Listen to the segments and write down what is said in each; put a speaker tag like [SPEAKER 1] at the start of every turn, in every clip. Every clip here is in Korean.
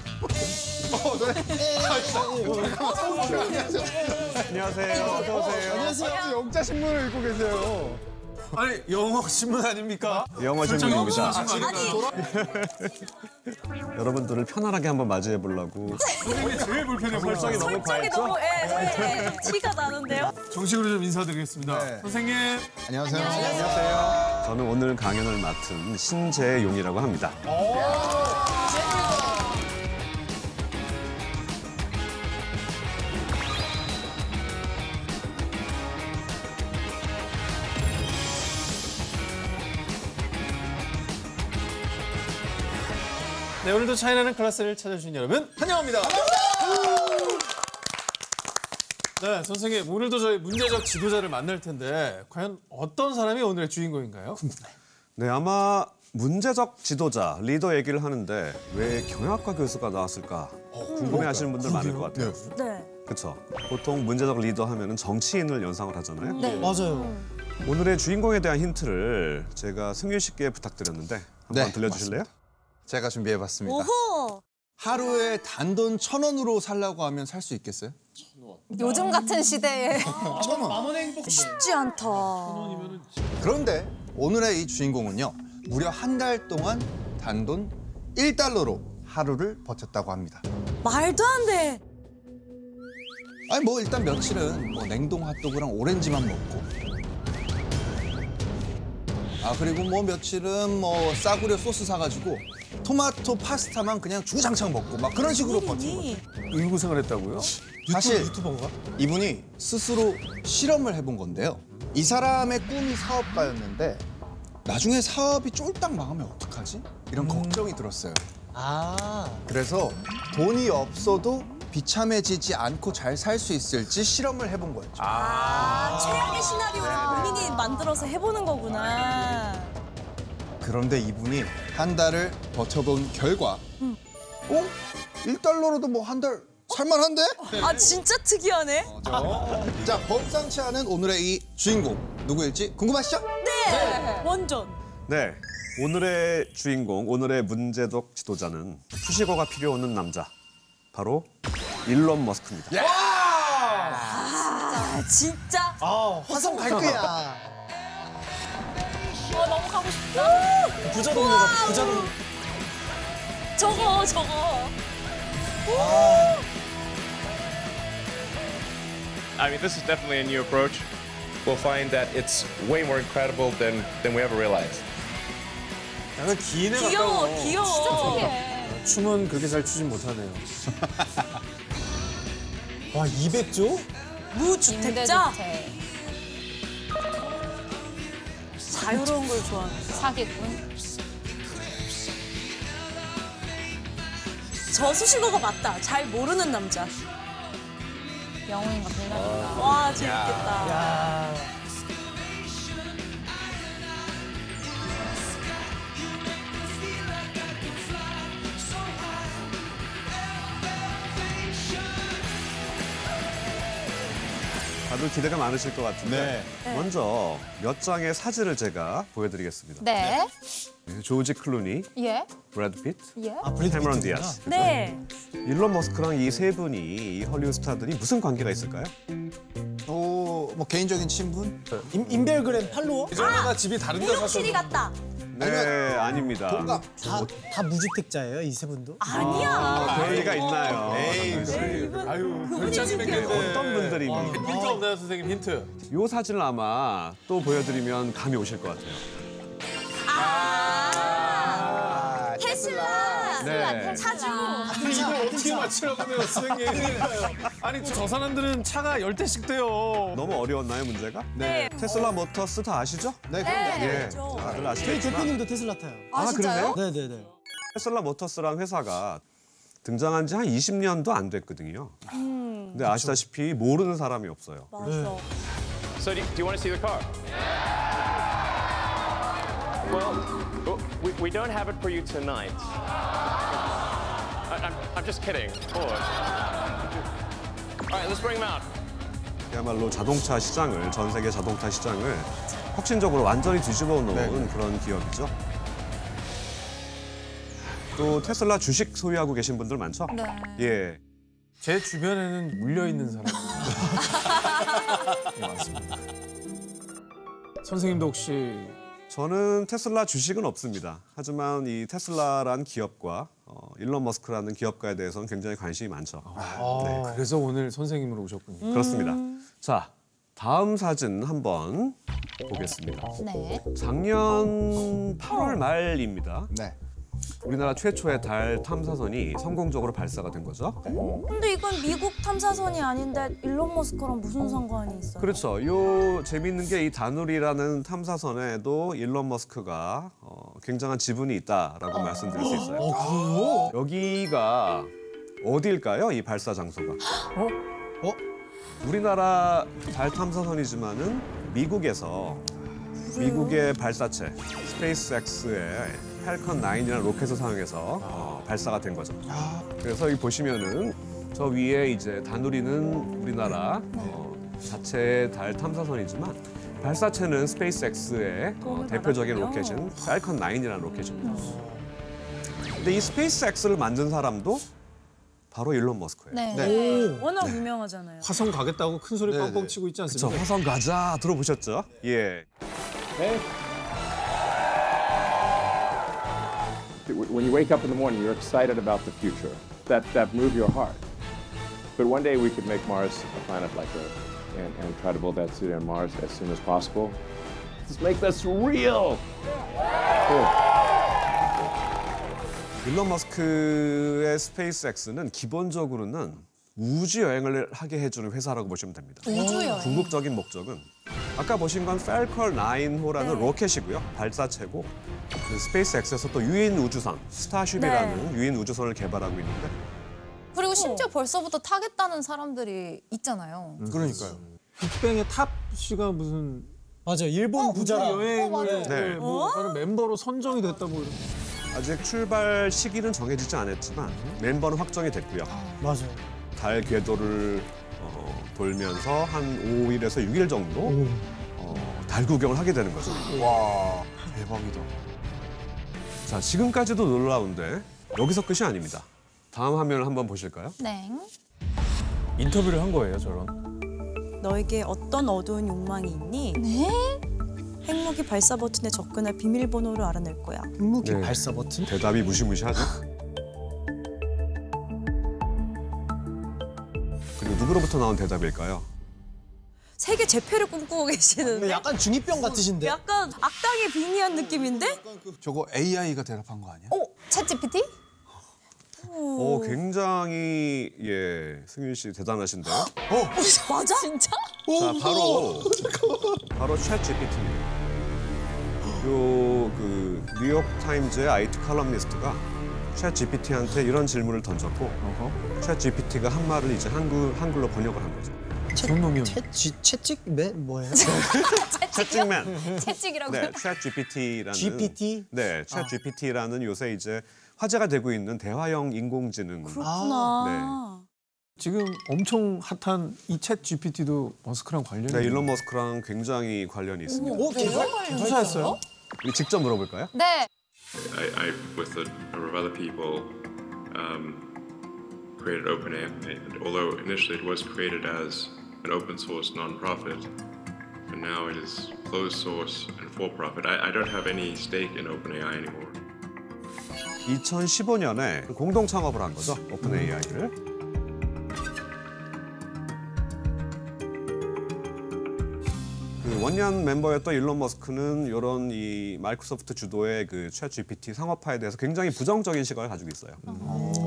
[SPEAKER 1] 네, 안녕하세요. 어서 오세요.
[SPEAKER 2] 안녕하세요. 영자 신문을 읽고 계세요.
[SPEAKER 1] 아니 영어 신문 아닙니까?
[SPEAKER 3] 영어
[SPEAKER 1] 영어
[SPEAKER 3] 신문입니다.
[SPEAKER 1] 신문 아닙니까?
[SPEAKER 3] 여러분들을 편안하게 한번 맞이해
[SPEAKER 1] 네,
[SPEAKER 3] 보려고
[SPEAKER 1] 선생님이 제일 불편해 설정이
[SPEAKER 4] 설정이 너무 예, 예, 티가 나는데요.
[SPEAKER 1] 정식으로 좀 인사드리겠습니다. 선생님
[SPEAKER 2] 안녕하세요.
[SPEAKER 3] 저는 오늘 강연을 맡은 신재용이라고 합니다.
[SPEAKER 1] 네 오늘도 차이나는 클래스를 찾아주신 여러분 환영합니다. 네 선생님 오늘도 저희 문제적 지도자를 만날 텐데 과연 어떤 사람이 오늘의 주인공인가요?
[SPEAKER 3] 네, 아마 문제적 지도자, 리더 얘기를 하는데 왜 경영학과 교수가 나왔을까
[SPEAKER 1] 어,
[SPEAKER 3] 궁금해하시는 분들 많을 것 같아요.
[SPEAKER 4] 네.
[SPEAKER 3] 그렇죠. 보통 문제적 리더 하면은 정치인을 연상을 하잖아요.
[SPEAKER 4] 네.
[SPEAKER 1] 맞아요.
[SPEAKER 3] 오늘의 주인공에 대한 힌트를 제가 승유 씨께 부탁드렸는데 한번
[SPEAKER 2] 네,
[SPEAKER 3] 들려주실래요?
[SPEAKER 2] 제가 준비해봤습니다.
[SPEAKER 4] 오호.
[SPEAKER 2] 하루에 단돈 천 원으로 살라고 하면 살 수 있겠어요?
[SPEAKER 4] 요즘 같은 시대에
[SPEAKER 2] 천 원.
[SPEAKER 4] 쉽지 않다.
[SPEAKER 2] 그런데 오늘의 이 주인공은요. 무려 한 달 동안 단돈 1달러로 하루를 버텼다고 합니다.
[SPEAKER 4] 말도 안 돼.
[SPEAKER 2] 아니 뭐 일단 며칠은 뭐 냉동 핫도그랑 오렌지만 먹고 아 그리고 뭐 며칠은 뭐 싸구려 소스 사가지고 토마토 파스타만 그냥 주구장창 먹고 막 그런 식으로 버틴 거죠
[SPEAKER 4] 이
[SPEAKER 1] 의구생활 했다고요?
[SPEAKER 2] 사실
[SPEAKER 1] 유튜버인가?
[SPEAKER 2] 이분이 스스로 실험을 해본 건데요 이 사람의 꿈이 사업가였는데 나중에 사업이 쫄딱 망하면 어떡하지? 이런 걱정이 들었어요
[SPEAKER 1] 음. 아
[SPEAKER 2] 그래서 돈이 없어도 비참해지지 않고 잘 살 수 있을지 실험을 해본 거예요
[SPEAKER 4] 아, 최악의 시나리오를 본인이 만들어서 해보는 거구나.
[SPEAKER 2] 그런데 이분이 한 달을 버텨본 결과 어? 1달러로도 뭐 한 달 살만한데?
[SPEAKER 4] 아, 진짜 특이하네.
[SPEAKER 2] 어, 자, 범상치 않은 오늘의 이 주인공 누구일지 궁금하시죠?
[SPEAKER 4] 네. 완전.
[SPEAKER 3] 네. 오늘의 주인공, 오늘의 문제적 지도자는 수식어가 필요 없는 남자. 바로 일론 머스크입니다.
[SPEAKER 4] 아, 진짜. 아,
[SPEAKER 2] 화성 갈 거야.
[SPEAKER 4] 너무 가고 싶다.
[SPEAKER 1] 부자 동네가 부자 동네.
[SPEAKER 4] 저거, 저거.
[SPEAKER 5] I mean, this is definitely a new approach. We'll find that it's way more incredible than, than we ever realized.
[SPEAKER 1] 약간 기인에
[SPEAKER 4] 귀여워,
[SPEAKER 1] 가까워.
[SPEAKER 4] 귀여워. 진짜 특이해.
[SPEAKER 1] 춤은 그렇게 잘 추진 못하네요. 와 200조?
[SPEAKER 4] 무주택자. 자유로운 걸 좋아하는.
[SPEAKER 6] 사기꾼.
[SPEAKER 4] 저 수식어가 맞다. 잘 모르는 남자.
[SPEAKER 6] 영웅인가 불가능인가.
[SPEAKER 4] 와 재밌겠다.
[SPEAKER 3] 다들 기대가 많으실 것 같은데 먼저 몇 장의 사진을 제가 보여드리겠습니다.
[SPEAKER 6] 네.
[SPEAKER 3] 조지 클루니,
[SPEAKER 6] 예.
[SPEAKER 3] 브래드 피트,
[SPEAKER 6] 예.
[SPEAKER 3] 캐머런 디아스.
[SPEAKER 4] 네.
[SPEAKER 3] 일론 머스크랑 이 세 분이 이 헐리우드 스타들이 무슨 관계가 있을까요?
[SPEAKER 2] 오, 뭐 개인적인 친분?
[SPEAKER 1] 인, 인별그램 팔로워? 이정도가 집이 다른 데 사서
[SPEAKER 4] 미국실이 같다.
[SPEAKER 3] 네, 아닙니다.
[SPEAKER 2] 뭔가
[SPEAKER 7] 다, 다 무주택자예요, 이 세 분도?
[SPEAKER 4] 아니야. 네. 그
[SPEAKER 3] 관계가 있나요?
[SPEAKER 1] 그러니까 아유 그러니까
[SPEAKER 4] 진짜
[SPEAKER 1] 별점이겠네.
[SPEAKER 3] 어떤 분들이
[SPEAKER 1] 아, 힌트 없나요 선생님 힌트?
[SPEAKER 3] 이 사진을 아마 또 보여드리면 감이 오실 것 같아요.
[SPEAKER 4] 아. 테슬라.
[SPEAKER 3] 네.
[SPEAKER 4] 사주.
[SPEAKER 1] 이걸 어떻게 맞추라고 해요 선생님 아니 저 사람들은 차가 열대씩 돼요
[SPEAKER 3] 너무 어려웠나요 문제가?
[SPEAKER 4] 네.
[SPEAKER 3] 테슬라 모터스 다 아시죠?
[SPEAKER 2] 네,
[SPEAKER 4] 네.
[SPEAKER 3] 예.
[SPEAKER 4] 그렇죠.
[SPEAKER 3] 다들
[SPEAKER 7] 저희
[SPEAKER 3] 아시겠지만
[SPEAKER 7] 대표님도 테슬라 타요.
[SPEAKER 4] 아, 진짜요?
[SPEAKER 7] 네네네.
[SPEAKER 3] 테슬라 모터스라는 회사가 등장한 지 한 20년도 안 됐거든요.
[SPEAKER 4] 음.
[SPEAKER 3] 근데 아시다시피 모르는 사람이 없어요.
[SPEAKER 4] 맞아.
[SPEAKER 5] So, do you, do you want to see the car? Well, oh, we, we don't have it for you tonight. I, I'm, I'm just kidding. Hold on. All right, let's bring him out.
[SPEAKER 3] 그야말로 자동차 시장을 전 세계 자동차 시장을 네, 혁신적으로 완전히 뒤집어 놓은 그런 기업이죠. 또 테슬라 주식 소유하고 계신 분들 많죠?
[SPEAKER 4] 네.
[SPEAKER 3] 예.
[SPEAKER 1] 제 주변에는 물려 있는 사람.
[SPEAKER 2] 네, 맞습니다.
[SPEAKER 1] 선생님도 혹시
[SPEAKER 3] 저는 테슬라 주식은 없습니다. 하지만 이 테슬라란 기업과 어, 일론 머스크라는 기업가에 대해서는 굉장히 관심이 많죠.
[SPEAKER 1] 아, 그래서 오늘 선생님으로 오셨군요.
[SPEAKER 3] 그렇습니다. 자, 다음 사진 한번 보겠습니다.
[SPEAKER 4] 네.
[SPEAKER 3] 작년 8월 말입니다.
[SPEAKER 2] 네.
[SPEAKER 3] 우리나라 최초의 달 탐사선이 성공적으로 발사가 된 거죠.
[SPEAKER 4] 근데 이건 미국 탐사선이 아닌데 일론 머스크랑 무슨 상관이 있어요?
[SPEAKER 3] 그렇죠. 요 재미있는 게 이 다누리라는 탐사선에도 일론 머스크가 어, 굉장한 지분이 있다라고 말씀드릴 수 있어요.
[SPEAKER 2] 아,
[SPEAKER 3] 여기가 어디일까요? 이 발사 장소가.
[SPEAKER 7] 어?
[SPEAKER 3] 우리나라 달 탐사선이지만은 미국에서 미국의 발사체 스페이스X의 팰컨 9이라는 로켓을 사용해서 어, 발사가 된 거죠.
[SPEAKER 4] 아.
[SPEAKER 3] 그래서 여기 보시면은 저 위에 이제 다누리는 우리나라 어, 자체의 달 탐사선이지만 발사체는 스페이스X의 어,
[SPEAKER 4] 도움을
[SPEAKER 3] 대표적인
[SPEAKER 4] 받았군요. 음.
[SPEAKER 3] 로켓인 팰컨 9이라는 로켓입니다. 근데 이 스페이스X를 만든 사람도 바로 일론 머스크예요.
[SPEAKER 4] 네.
[SPEAKER 7] 네.
[SPEAKER 4] 워낙 유명하잖아요.
[SPEAKER 1] 화성 가겠다고 큰 소리
[SPEAKER 2] 네,
[SPEAKER 1] 뻥뻥
[SPEAKER 2] 네.
[SPEAKER 1] 치고 있지
[SPEAKER 3] 저
[SPEAKER 1] 않습니까?
[SPEAKER 3] 화성 가자 들어보셨죠? 예.
[SPEAKER 6] When you wake up in the morning, you're excited about the future. That, that move your heart. But one day we could make Mars a planet like Earth and, and try to build that city on Mars as soon as possible. Let's make this real! Cool.
[SPEAKER 3] 일론 머스크의 스페이스X는 기본적으로는 우주 여행을 하게 해주는 회사라고 보시면 됩니다.
[SPEAKER 4] 네. 우주여행.
[SPEAKER 3] 궁극적인 목적은 아까 보신 건 펠컬 9호라는 로켓이고요. 발사체고 그 스페이스X에서 또 유인 우주선 스타쉽이라는 유인 우주선을 개발하고 있는데
[SPEAKER 8] 그리고 심지어 벌써부터 타겠다는 사람들이 있잖아요.
[SPEAKER 4] 음.
[SPEAKER 1] 그러니까요. 빅뱅의 탑 씨가 무슨 어,
[SPEAKER 7] 어, 맞아
[SPEAKER 4] 어,
[SPEAKER 7] 일본 부자라.
[SPEAKER 1] 여행을
[SPEAKER 8] 맞아요.
[SPEAKER 1] 네. 뭐 다른 멤버로 선정이 됐다 뭐 이런.
[SPEAKER 3] 아직 출발 시기는 정해지지 않았지만 멤버는 확정이 됐고요.
[SPEAKER 7] 맞아.
[SPEAKER 3] 달 궤도를 어, 돌면서 한 5일에서 6일 정도 어, 달 구경을 하게 되는 거죠.
[SPEAKER 2] 대박이다.
[SPEAKER 3] 자, 지금까지도 놀라운데 여기서 끝이 아닙니다. 다음 화면을 한번 보실까요?
[SPEAKER 8] 네.
[SPEAKER 1] 인터뷰를 한 거예요, 저런.
[SPEAKER 4] 너에게 어떤 어두운 욕망이 있니?
[SPEAKER 8] 네?
[SPEAKER 4] 핵무기 발사 버튼에 접근할 비밀번호를 알아낼 거야.
[SPEAKER 7] 핵무기
[SPEAKER 3] 네.
[SPEAKER 7] 발사 버튼.
[SPEAKER 3] 대답이 무시무시하죠. 그리고 누구로부터 나온 대답일까요?
[SPEAKER 4] 세계 재패를 꿈꾸고 계시는데 약간,
[SPEAKER 7] 약간 중이병 같으신데.
[SPEAKER 4] 악당의 빙의한 느낌인데?
[SPEAKER 2] 그 저거 AI가 대답한 거 아니야?
[SPEAKER 8] 오, 어, 챗 GPT?
[SPEAKER 3] 어, 굉장히 예, 승윤 씨 대단하신데요.
[SPEAKER 4] 맞아? 진짜?
[SPEAKER 7] 어,
[SPEAKER 3] 자, 바로 바로 챗 GPT입니다. 요그 뉴욕 타임즈의 아이티 칼럼니스트가 챗 GPT한테 이런 질문을 던졌고 챗 GPT가 한 말을 이제 한글 한글로 번역을 한 거죠.
[SPEAKER 1] 정놈이요.
[SPEAKER 7] 채찍 채찍맨 뭐예요?
[SPEAKER 3] 채찍맨.
[SPEAKER 8] 채찍이라고.
[SPEAKER 3] 네, 챗 GPT라는
[SPEAKER 7] GPT?
[SPEAKER 3] 네, 챗 GPT라는 요새 이제 화제가 되고 있는 대화형 인공지능.
[SPEAKER 4] 아.
[SPEAKER 1] 지금 엄청 핫한 이 챗 GPT도 머스크랑 관련이
[SPEAKER 3] 네, 일론 머스크랑 굉장히 관련이 있습니다.
[SPEAKER 7] 오 개발?
[SPEAKER 1] 투사했어요?
[SPEAKER 3] 우리 직접 물어볼까요?
[SPEAKER 8] 네.
[SPEAKER 9] I, I with a number of other people, um, created OpenAI. And although initially it was created as an open source nonprofit, and now it is closed source and for profit. I, I don't have any stake in OpenAI anymore.
[SPEAKER 3] 2015년에 공동 창업을 한 거죠. 오픈
[SPEAKER 7] 음.
[SPEAKER 3] AI를. 그 원년 멤버였던 일론 머스크는 이런 이 마이크로소프트 주도의 그챗 GPT 상업화에 대해서 굉장히 부정적인 시각을 가지고 있어요.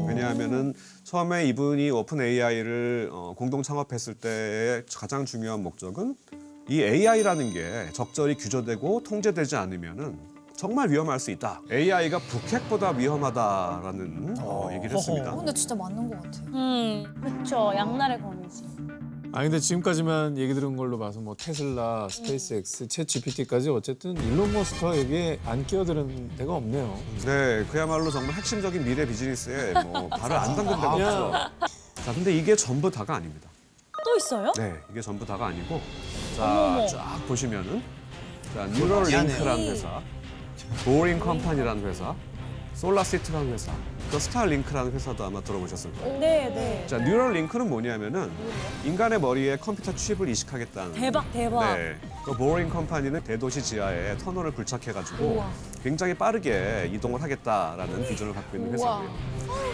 [SPEAKER 3] 왜냐하면은 처음에 이분이 오픈 AI를 어, 공동 창업했을 때의 가장 중요한 목적은 이 AI라는 게 적절히 규제되고 통제되지 않으면은 정말 위험할 수 있다. AI가 북핵보다 위험하다라는 어, 얘기를 했습니다.
[SPEAKER 8] 근데 진짜 맞는 것
[SPEAKER 1] 네.
[SPEAKER 8] 같아요.
[SPEAKER 4] 음, 그쵸. 양날의 검이지.
[SPEAKER 1] 아 근데 지금까지만 얘기 들은 걸로 봐서 뭐 테슬라, 스페이스X, 챗 GPT까지 어쨌든 일론 머스크가 여기에 안 끼어드는 데가 없네요.
[SPEAKER 3] 네, 그야말로 정말 핵심적인 미래 비즈니스에 뭐 발을 안 담근 데가 없죠. 자, 근데 이게 전부 다가 아닙니다.
[SPEAKER 4] 또 있어요?
[SPEAKER 3] 네, 이게 전부 다가 아니고 자, 쫙 보시면은 자, 뉴럴링크라는 회사, 보링 컴퍼니라는 회사, 솔라시트라는 회사, 또 스타링크라는 회사도 아마 들어보셨을 거예요.
[SPEAKER 4] 네, 네.
[SPEAKER 3] 자, 뉴럴링크는 뭐냐면은 인간의 머리에 컴퓨터 칩을 이식하겠다는
[SPEAKER 4] 대박, 대박.
[SPEAKER 3] 네. 그 보링 컴퍼니는 대도시 지하에 터널을 굴착해가지고 굉장히 빠르게 이동을 하겠다라는 비전을 갖고 있는 회사고요.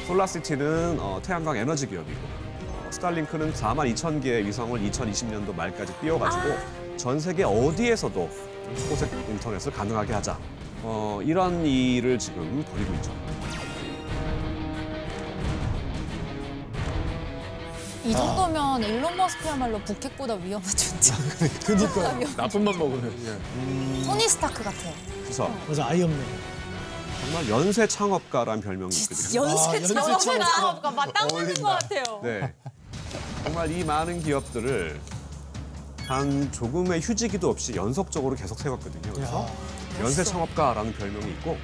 [SPEAKER 3] 솔라시티는 어, 태양광 에너지 기업이고 어, 스타링크는 4만 2천 개의 위성을 2020년도 말까지 띄워가지고 전 세계 어디에서도 초고속 인터넷을 가능하게 하자. 어, 이런 일을 지금 벌이고 있죠.
[SPEAKER 8] 이
[SPEAKER 4] 아.
[SPEAKER 8] 정도면 일론 머스크야말로 북핵보다 위험한 존재.
[SPEAKER 1] 그니까요. 나쁜만 먹으면. 음.
[SPEAKER 8] 토니 스타크 같아요.
[SPEAKER 3] 그래서
[SPEAKER 7] 맞아 아이언맨.
[SPEAKER 3] 정말 연쇄 창업가라는 별명이 있거든요.
[SPEAKER 8] 아,
[SPEAKER 4] 연쇄
[SPEAKER 7] 연쇄
[SPEAKER 4] 창업가.
[SPEAKER 8] 창업가 아, 맞딱 맞는 것 같아요.
[SPEAKER 3] 네. 정말 이 많은 기업들을 단 조금의 휴지기도 없이 연속적으로 계속 세웠거든요. 그래서 연쇄 창업가라는 별명이 있고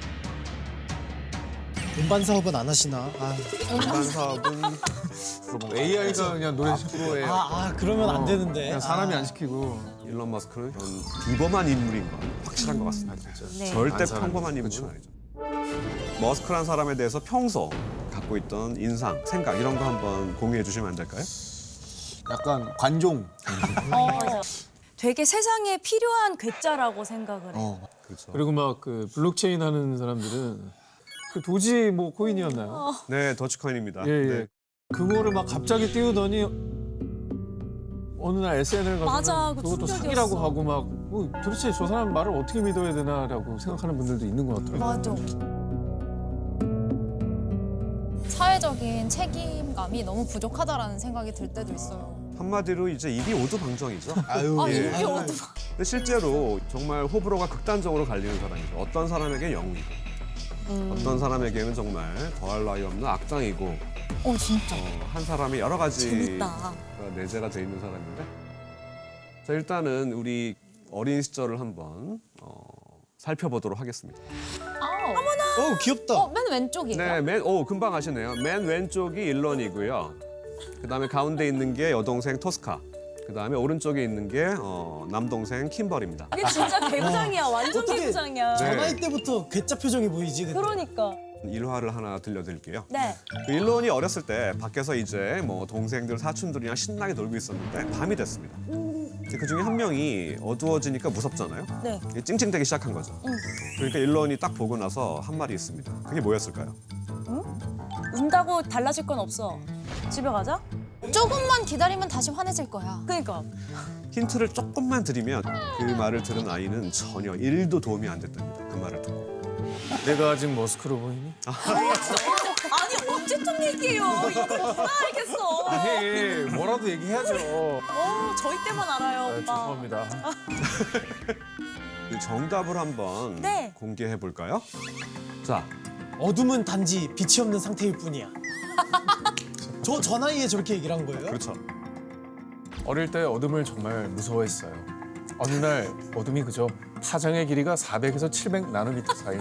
[SPEAKER 7] 운반 사업은 안 하시나? 아,
[SPEAKER 3] 일반 사업은
[SPEAKER 2] 뭐
[SPEAKER 1] AI가 그냥 노래 시키고
[SPEAKER 7] 아, 아, 그러면 안 되는데.
[SPEAKER 1] 어. 그냥 사람이 안 시키고.
[SPEAKER 3] 일론 머스크는 그런 비범한 인물인 건 확실한 것 같습니다.
[SPEAKER 4] 네.
[SPEAKER 3] 절대 평범한 인물은 아니죠. 머스크란 사람에 대해서 평소 갖고 있던 인상, 생각 이런 거 한번 공유해 주시면 안 될까요?
[SPEAKER 2] 약간 관종.
[SPEAKER 4] 어. 되게 세상에 필요한 괴짜라고 생각을 해. 요
[SPEAKER 3] 그렇죠.
[SPEAKER 1] 그리고 막 그 블록체인 하는 사람들은 그 도지 뭐
[SPEAKER 4] 어.
[SPEAKER 1] 코인이었나요?
[SPEAKER 3] 네, 더치코인입니다.
[SPEAKER 1] 예,
[SPEAKER 3] 네.
[SPEAKER 1] 예. 그거를 막 갑자기 띄우더니 어느 날 SNL
[SPEAKER 4] 맞아,
[SPEAKER 1] 가서
[SPEAKER 4] 그거
[SPEAKER 1] 그것도
[SPEAKER 4] 충격이었어.
[SPEAKER 1] 사기라고 하고 막 뭐, 도대체 저 사람 말을 어떻게 믿어야 되나라고 생각하는 분들도 있는 것 같더라고요.
[SPEAKER 8] 맞아. 사회적인 책임감이 너무 부족하다라는 생각이 들 때도 있어요.
[SPEAKER 3] 한마디로 이제 입이 오두방정이죠.
[SPEAKER 2] 아유.
[SPEAKER 8] 아,
[SPEAKER 3] 예.
[SPEAKER 8] 이게 어떻게
[SPEAKER 3] 근데 실제로 정말 호불호가 극단적으로 갈리는 사람이죠. 어떤 사람에게 영웅이고,
[SPEAKER 4] 음.
[SPEAKER 3] 어떤 사람에게는 정말 더할 나위 없는 악당이고,
[SPEAKER 4] 어, 진짜.
[SPEAKER 3] 어, 한 사람이 여러 가지가 어,
[SPEAKER 4] 재밌다.
[SPEAKER 3] 내재가 돼 있는 사람인데. 자 일단은 우리 어린 시절을 한번 어, 살펴보도록 하겠습니다.
[SPEAKER 8] 아,
[SPEAKER 7] 어 귀엽다.
[SPEAKER 8] 어, 맨 왼쪽이에요.
[SPEAKER 3] 네, 맨, 오 금방 아시네요. 맨 왼쪽이 일론이고요. 그다음에 가운데 있는 게 여동생 토스카. 그다음에 오른쪽에 있는 게 어, 남동생 킴벌입니다.
[SPEAKER 4] 이게 진짜 개구장이야. 완전
[SPEAKER 7] 어떻게-
[SPEAKER 4] 개구장이야.
[SPEAKER 3] 네.
[SPEAKER 7] 전화할 아, 때부터 괴짜 표정이 보이지. 근데.
[SPEAKER 4] 그러니까.
[SPEAKER 3] 일화를 하나 들려드릴게요.
[SPEAKER 4] 네.
[SPEAKER 3] 그 일론이 어렸을 때 밖에서 이제 뭐 동생들 사촌들이랑 신나게 놀고 있었는데 밤이 됐습니다. 이제 그 중에 한 명이 어두워지니까 무섭잖아요.
[SPEAKER 4] 네.
[SPEAKER 3] 이게 찡찡대기 시작한 거죠. 그러니까 일론이 딱 보고 나서 한 말이 있습니다. 그게 뭐였을까요?
[SPEAKER 4] 운다고 달라질 건 없어. 집에 가자. 네.
[SPEAKER 8] 조금만 기다리면 다시 환해질 거야.
[SPEAKER 4] 그러니까.
[SPEAKER 3] 힌트를 조금만 드리면 그 말을 들은 아이는 전혀 일도 도움이 안 됐답니다. 그 말을 듣고.
[SPEAKER 1] 내가 아직 머스크로 보이니?
[SPEAKER 4] 아니 어쨌든 얘기해요. 이걸 누가 알겠어.
[SPEAKER 1] 아니 뭐라도 얘기해야죠.
[SPEAKER 4] 어, 저희 때만 알아요,
[SPEAKER 1] 아,
[SPEAKER 4] 오빠.
[SPEAKER 1] 죄송합니다.
[SPEAKER 3] 그 정답을 한번
[SPEAKER 4] 네.
[SPEAKER 3] 공개해 볼까요? 자,
[SPEAKER 7] 어둠은 단지 빛이 없는 상태일 뿐이야. 저, 저 나이에 저렇게 얘기를 한 거예요?
[SPEAKER 3] 그렇죠.
[SPEAKER 1] 어릴 때 어둠을 정말 무서워했어요. 어느 날 어둠이 그저 파장의 길이가 400에서 700 나노미터 사이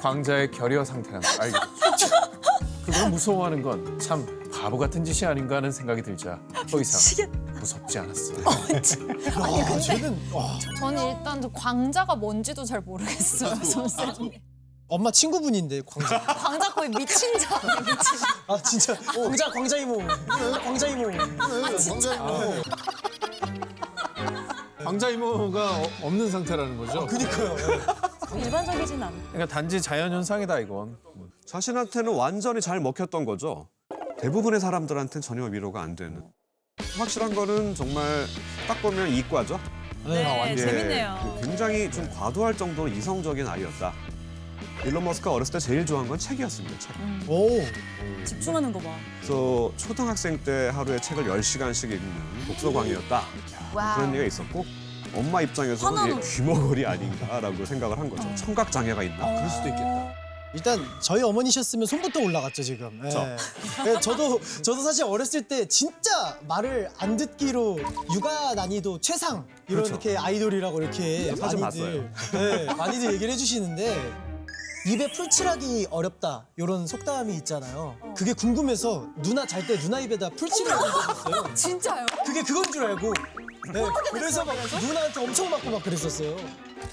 [SPEAKER 1] 광자의 결여 상태라는 걸 알게 됐죠. 그걸 무서워하는 건 참 바보 같은 짓이 아닌가 하는 생각이 들자 더 이상 무섭지 않았어요.
[SPEAKER 7] 아니,
[SPEAKER 1] 네.
[SPEAKER 7] 근데... 쟤는 와,
[SPEAKER 8] 저는 일단 저 광자가 뭔지도 잘 모르겠어요. 선생님.
[SPEAKER 7] 엄마 친구분인데 광자.
[SPEAKER 8] 광자 거의 미친 자.
[SPEAKER 7] 아 진짜 광자 광자 이모. 광자 이모.
[SPEAKER 1] 광자 이모가 어- 없는 상태라는 거죠.
[SPEAKER 7] 그니까요.
[SPEAKER 4] 일반적이진 않아.
[SPEAKER 1] 그러니까 단지 자연 현상이다 이건.
[SPEAKER 3] 자신한테는 완전히 잘 먹혔던 거죠. 대부분의 사람들한테는 전혀 위로가 안 되는. 확실한 거는 정말 딱 보면 이과죠. 아,
[SPEAKER 4] 네, 재밌네요.
[SPEAKER 3] 예, 굉장히 좀 과도할 정도로 이성적인 아이였다. 일론 머스크가 어렸을 때 제일 좋아한 건 책이었습니다. 책.
[SPEAKER 7] 오.
[SPEAKER 4] 집중하는 거 봐.
[SPEAKER 3] 그래서 초등학생 때 하루에 책을 10시간씩 읽는 독서광이었다. 그런 얘기가 있었고 엄마 입장에서는 이게
[SPEAKER 4] 화나는.
[SPEAKER 3] 귀머거리 아닌가라고 생각을 한 거죠. 청각장애가 있나? 그럴 수도 있겠다.
[SPEAKER 7] 일단 저희 어머니셨으면 손부터 올라갔죠 지금. 예. 예, 저도 저도 사실 어렸을 때 진짜 말을 안 듣기로 육아 난이도 최상 이런
[SPEAKER 3] 그렇죠.
[SPEAKER 7] 이렇게 아이돌이라고 이렇게
[SPEAKER 3] 사진
[SPEAKER 7] 많이들 예, 많이들 얘기를 해주시는데 입에 풀칠하기 어렵다 이런 속담이 있잖아요. 그게 궁금해서 누나 잘 때 누나 입에다 풀칠을 해줬어요.
[SPEAKER 8] 진짜요?
[SPEAKER 7] 그게 그건 줄 알고 네, 그래서 막 누나한테 엄청 맞고 막 그랬었어요.